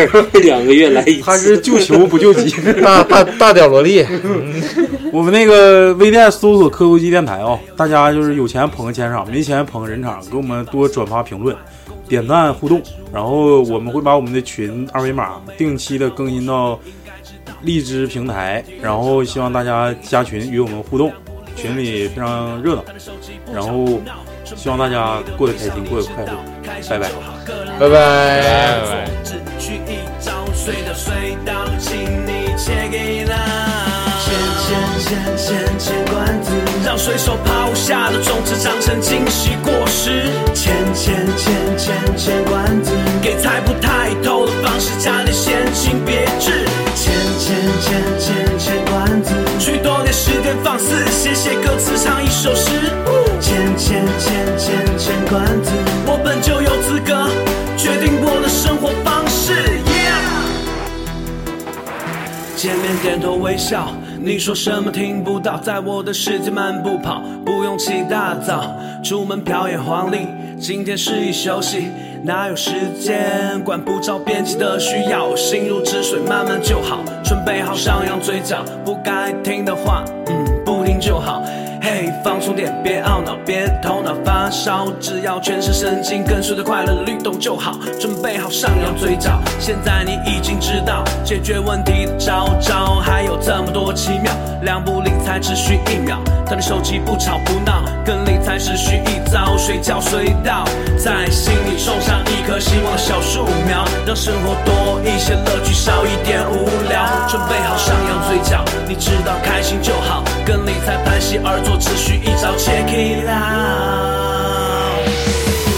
两个月来一次。，
他是救球不救急
大大
大屌萝莉。我们那个微店搜索“科头机电台”啊、大家就是有钱捧个钱场，没钱捧个人场，给我们多转发、评论、点赞、互动。然后我们会把我们的群二维码定期的更新到荔枝平台，然后希望大家加群与我们互动，群里非常热闹。然后希望大家过得开心，过得快乐，拜拜，
拜
哎
拜
拜拜
只需一张水的水道，请你切给他。钱钱钱钱钱罐子，让水手抛下的种子长成惊喜果实。钱钱钱钱钱罐子，给猜不太透的方式加点闲情别致。钱钱钱钱钱罐子，去多点时间放肆，写写歌词，唱一首诗。钱钱钱钱钱罐子，我本就有资格决定我的生活方式。Yeah! 见面点头微笑，你说什么听不到，在我的世界漫步跑，不用起大早，出门表演黄历，今天是一休息，哪有时间管不着编辑的需要，心如止水，慢慢就好，准备好上扬嘴角，不该听的话，嗯，不听就好。嘿、放松点，别懊恼，别头脑发烧，只要全身神经跟随着快乐的律动就好。准备好上扬嘴角，现在你已经知道解决问题的招招，还有这么多奇妙。两步理财只需一秒，他的手机不吵不闹，跟理财只需一招，随叫随到，在心里种上一棵希望的小树苗，让生活多一些乐趣，少一点无聊。准备好上扬嘴角，你知道开心就好，跟理财盘膝而坐，只需一招 check it out。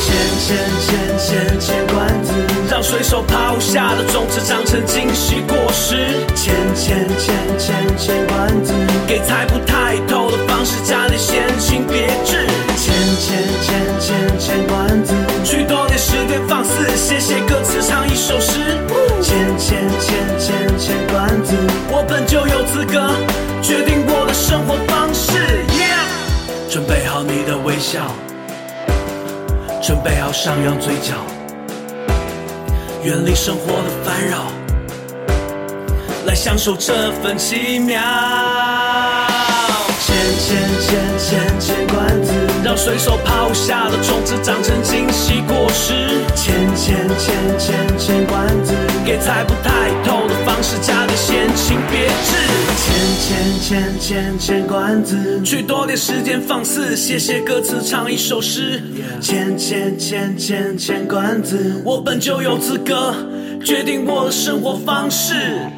钱钱钱钱钱钱罐子，让随手抛下的种子长成惊喜果实。钱钱钱钱钱罐子，给猜不太透的方式加点闲情别致。钱钱钱钱钱罐子，去多点十点放肆，写写歌词唱一首诗。钱钱钱钱钱罐子，我本就有资格决定我的生活方式。Yeah，准备好你的微笑。准备好上扬嘴角，远离生活的烦扰，来享受这份奇妙。钱钱钱钱钱罐子，让随手抛下的种子长成惊喜果实。钱钱钱钱钱罐子，给猜不太透的方式加点闲情别致。钱钱钱钱钱罐子，去多点时间放肆，写写歌词，唱一首诗。钱钱钱钱钱罐子，我本就有资格决定我的生活方式。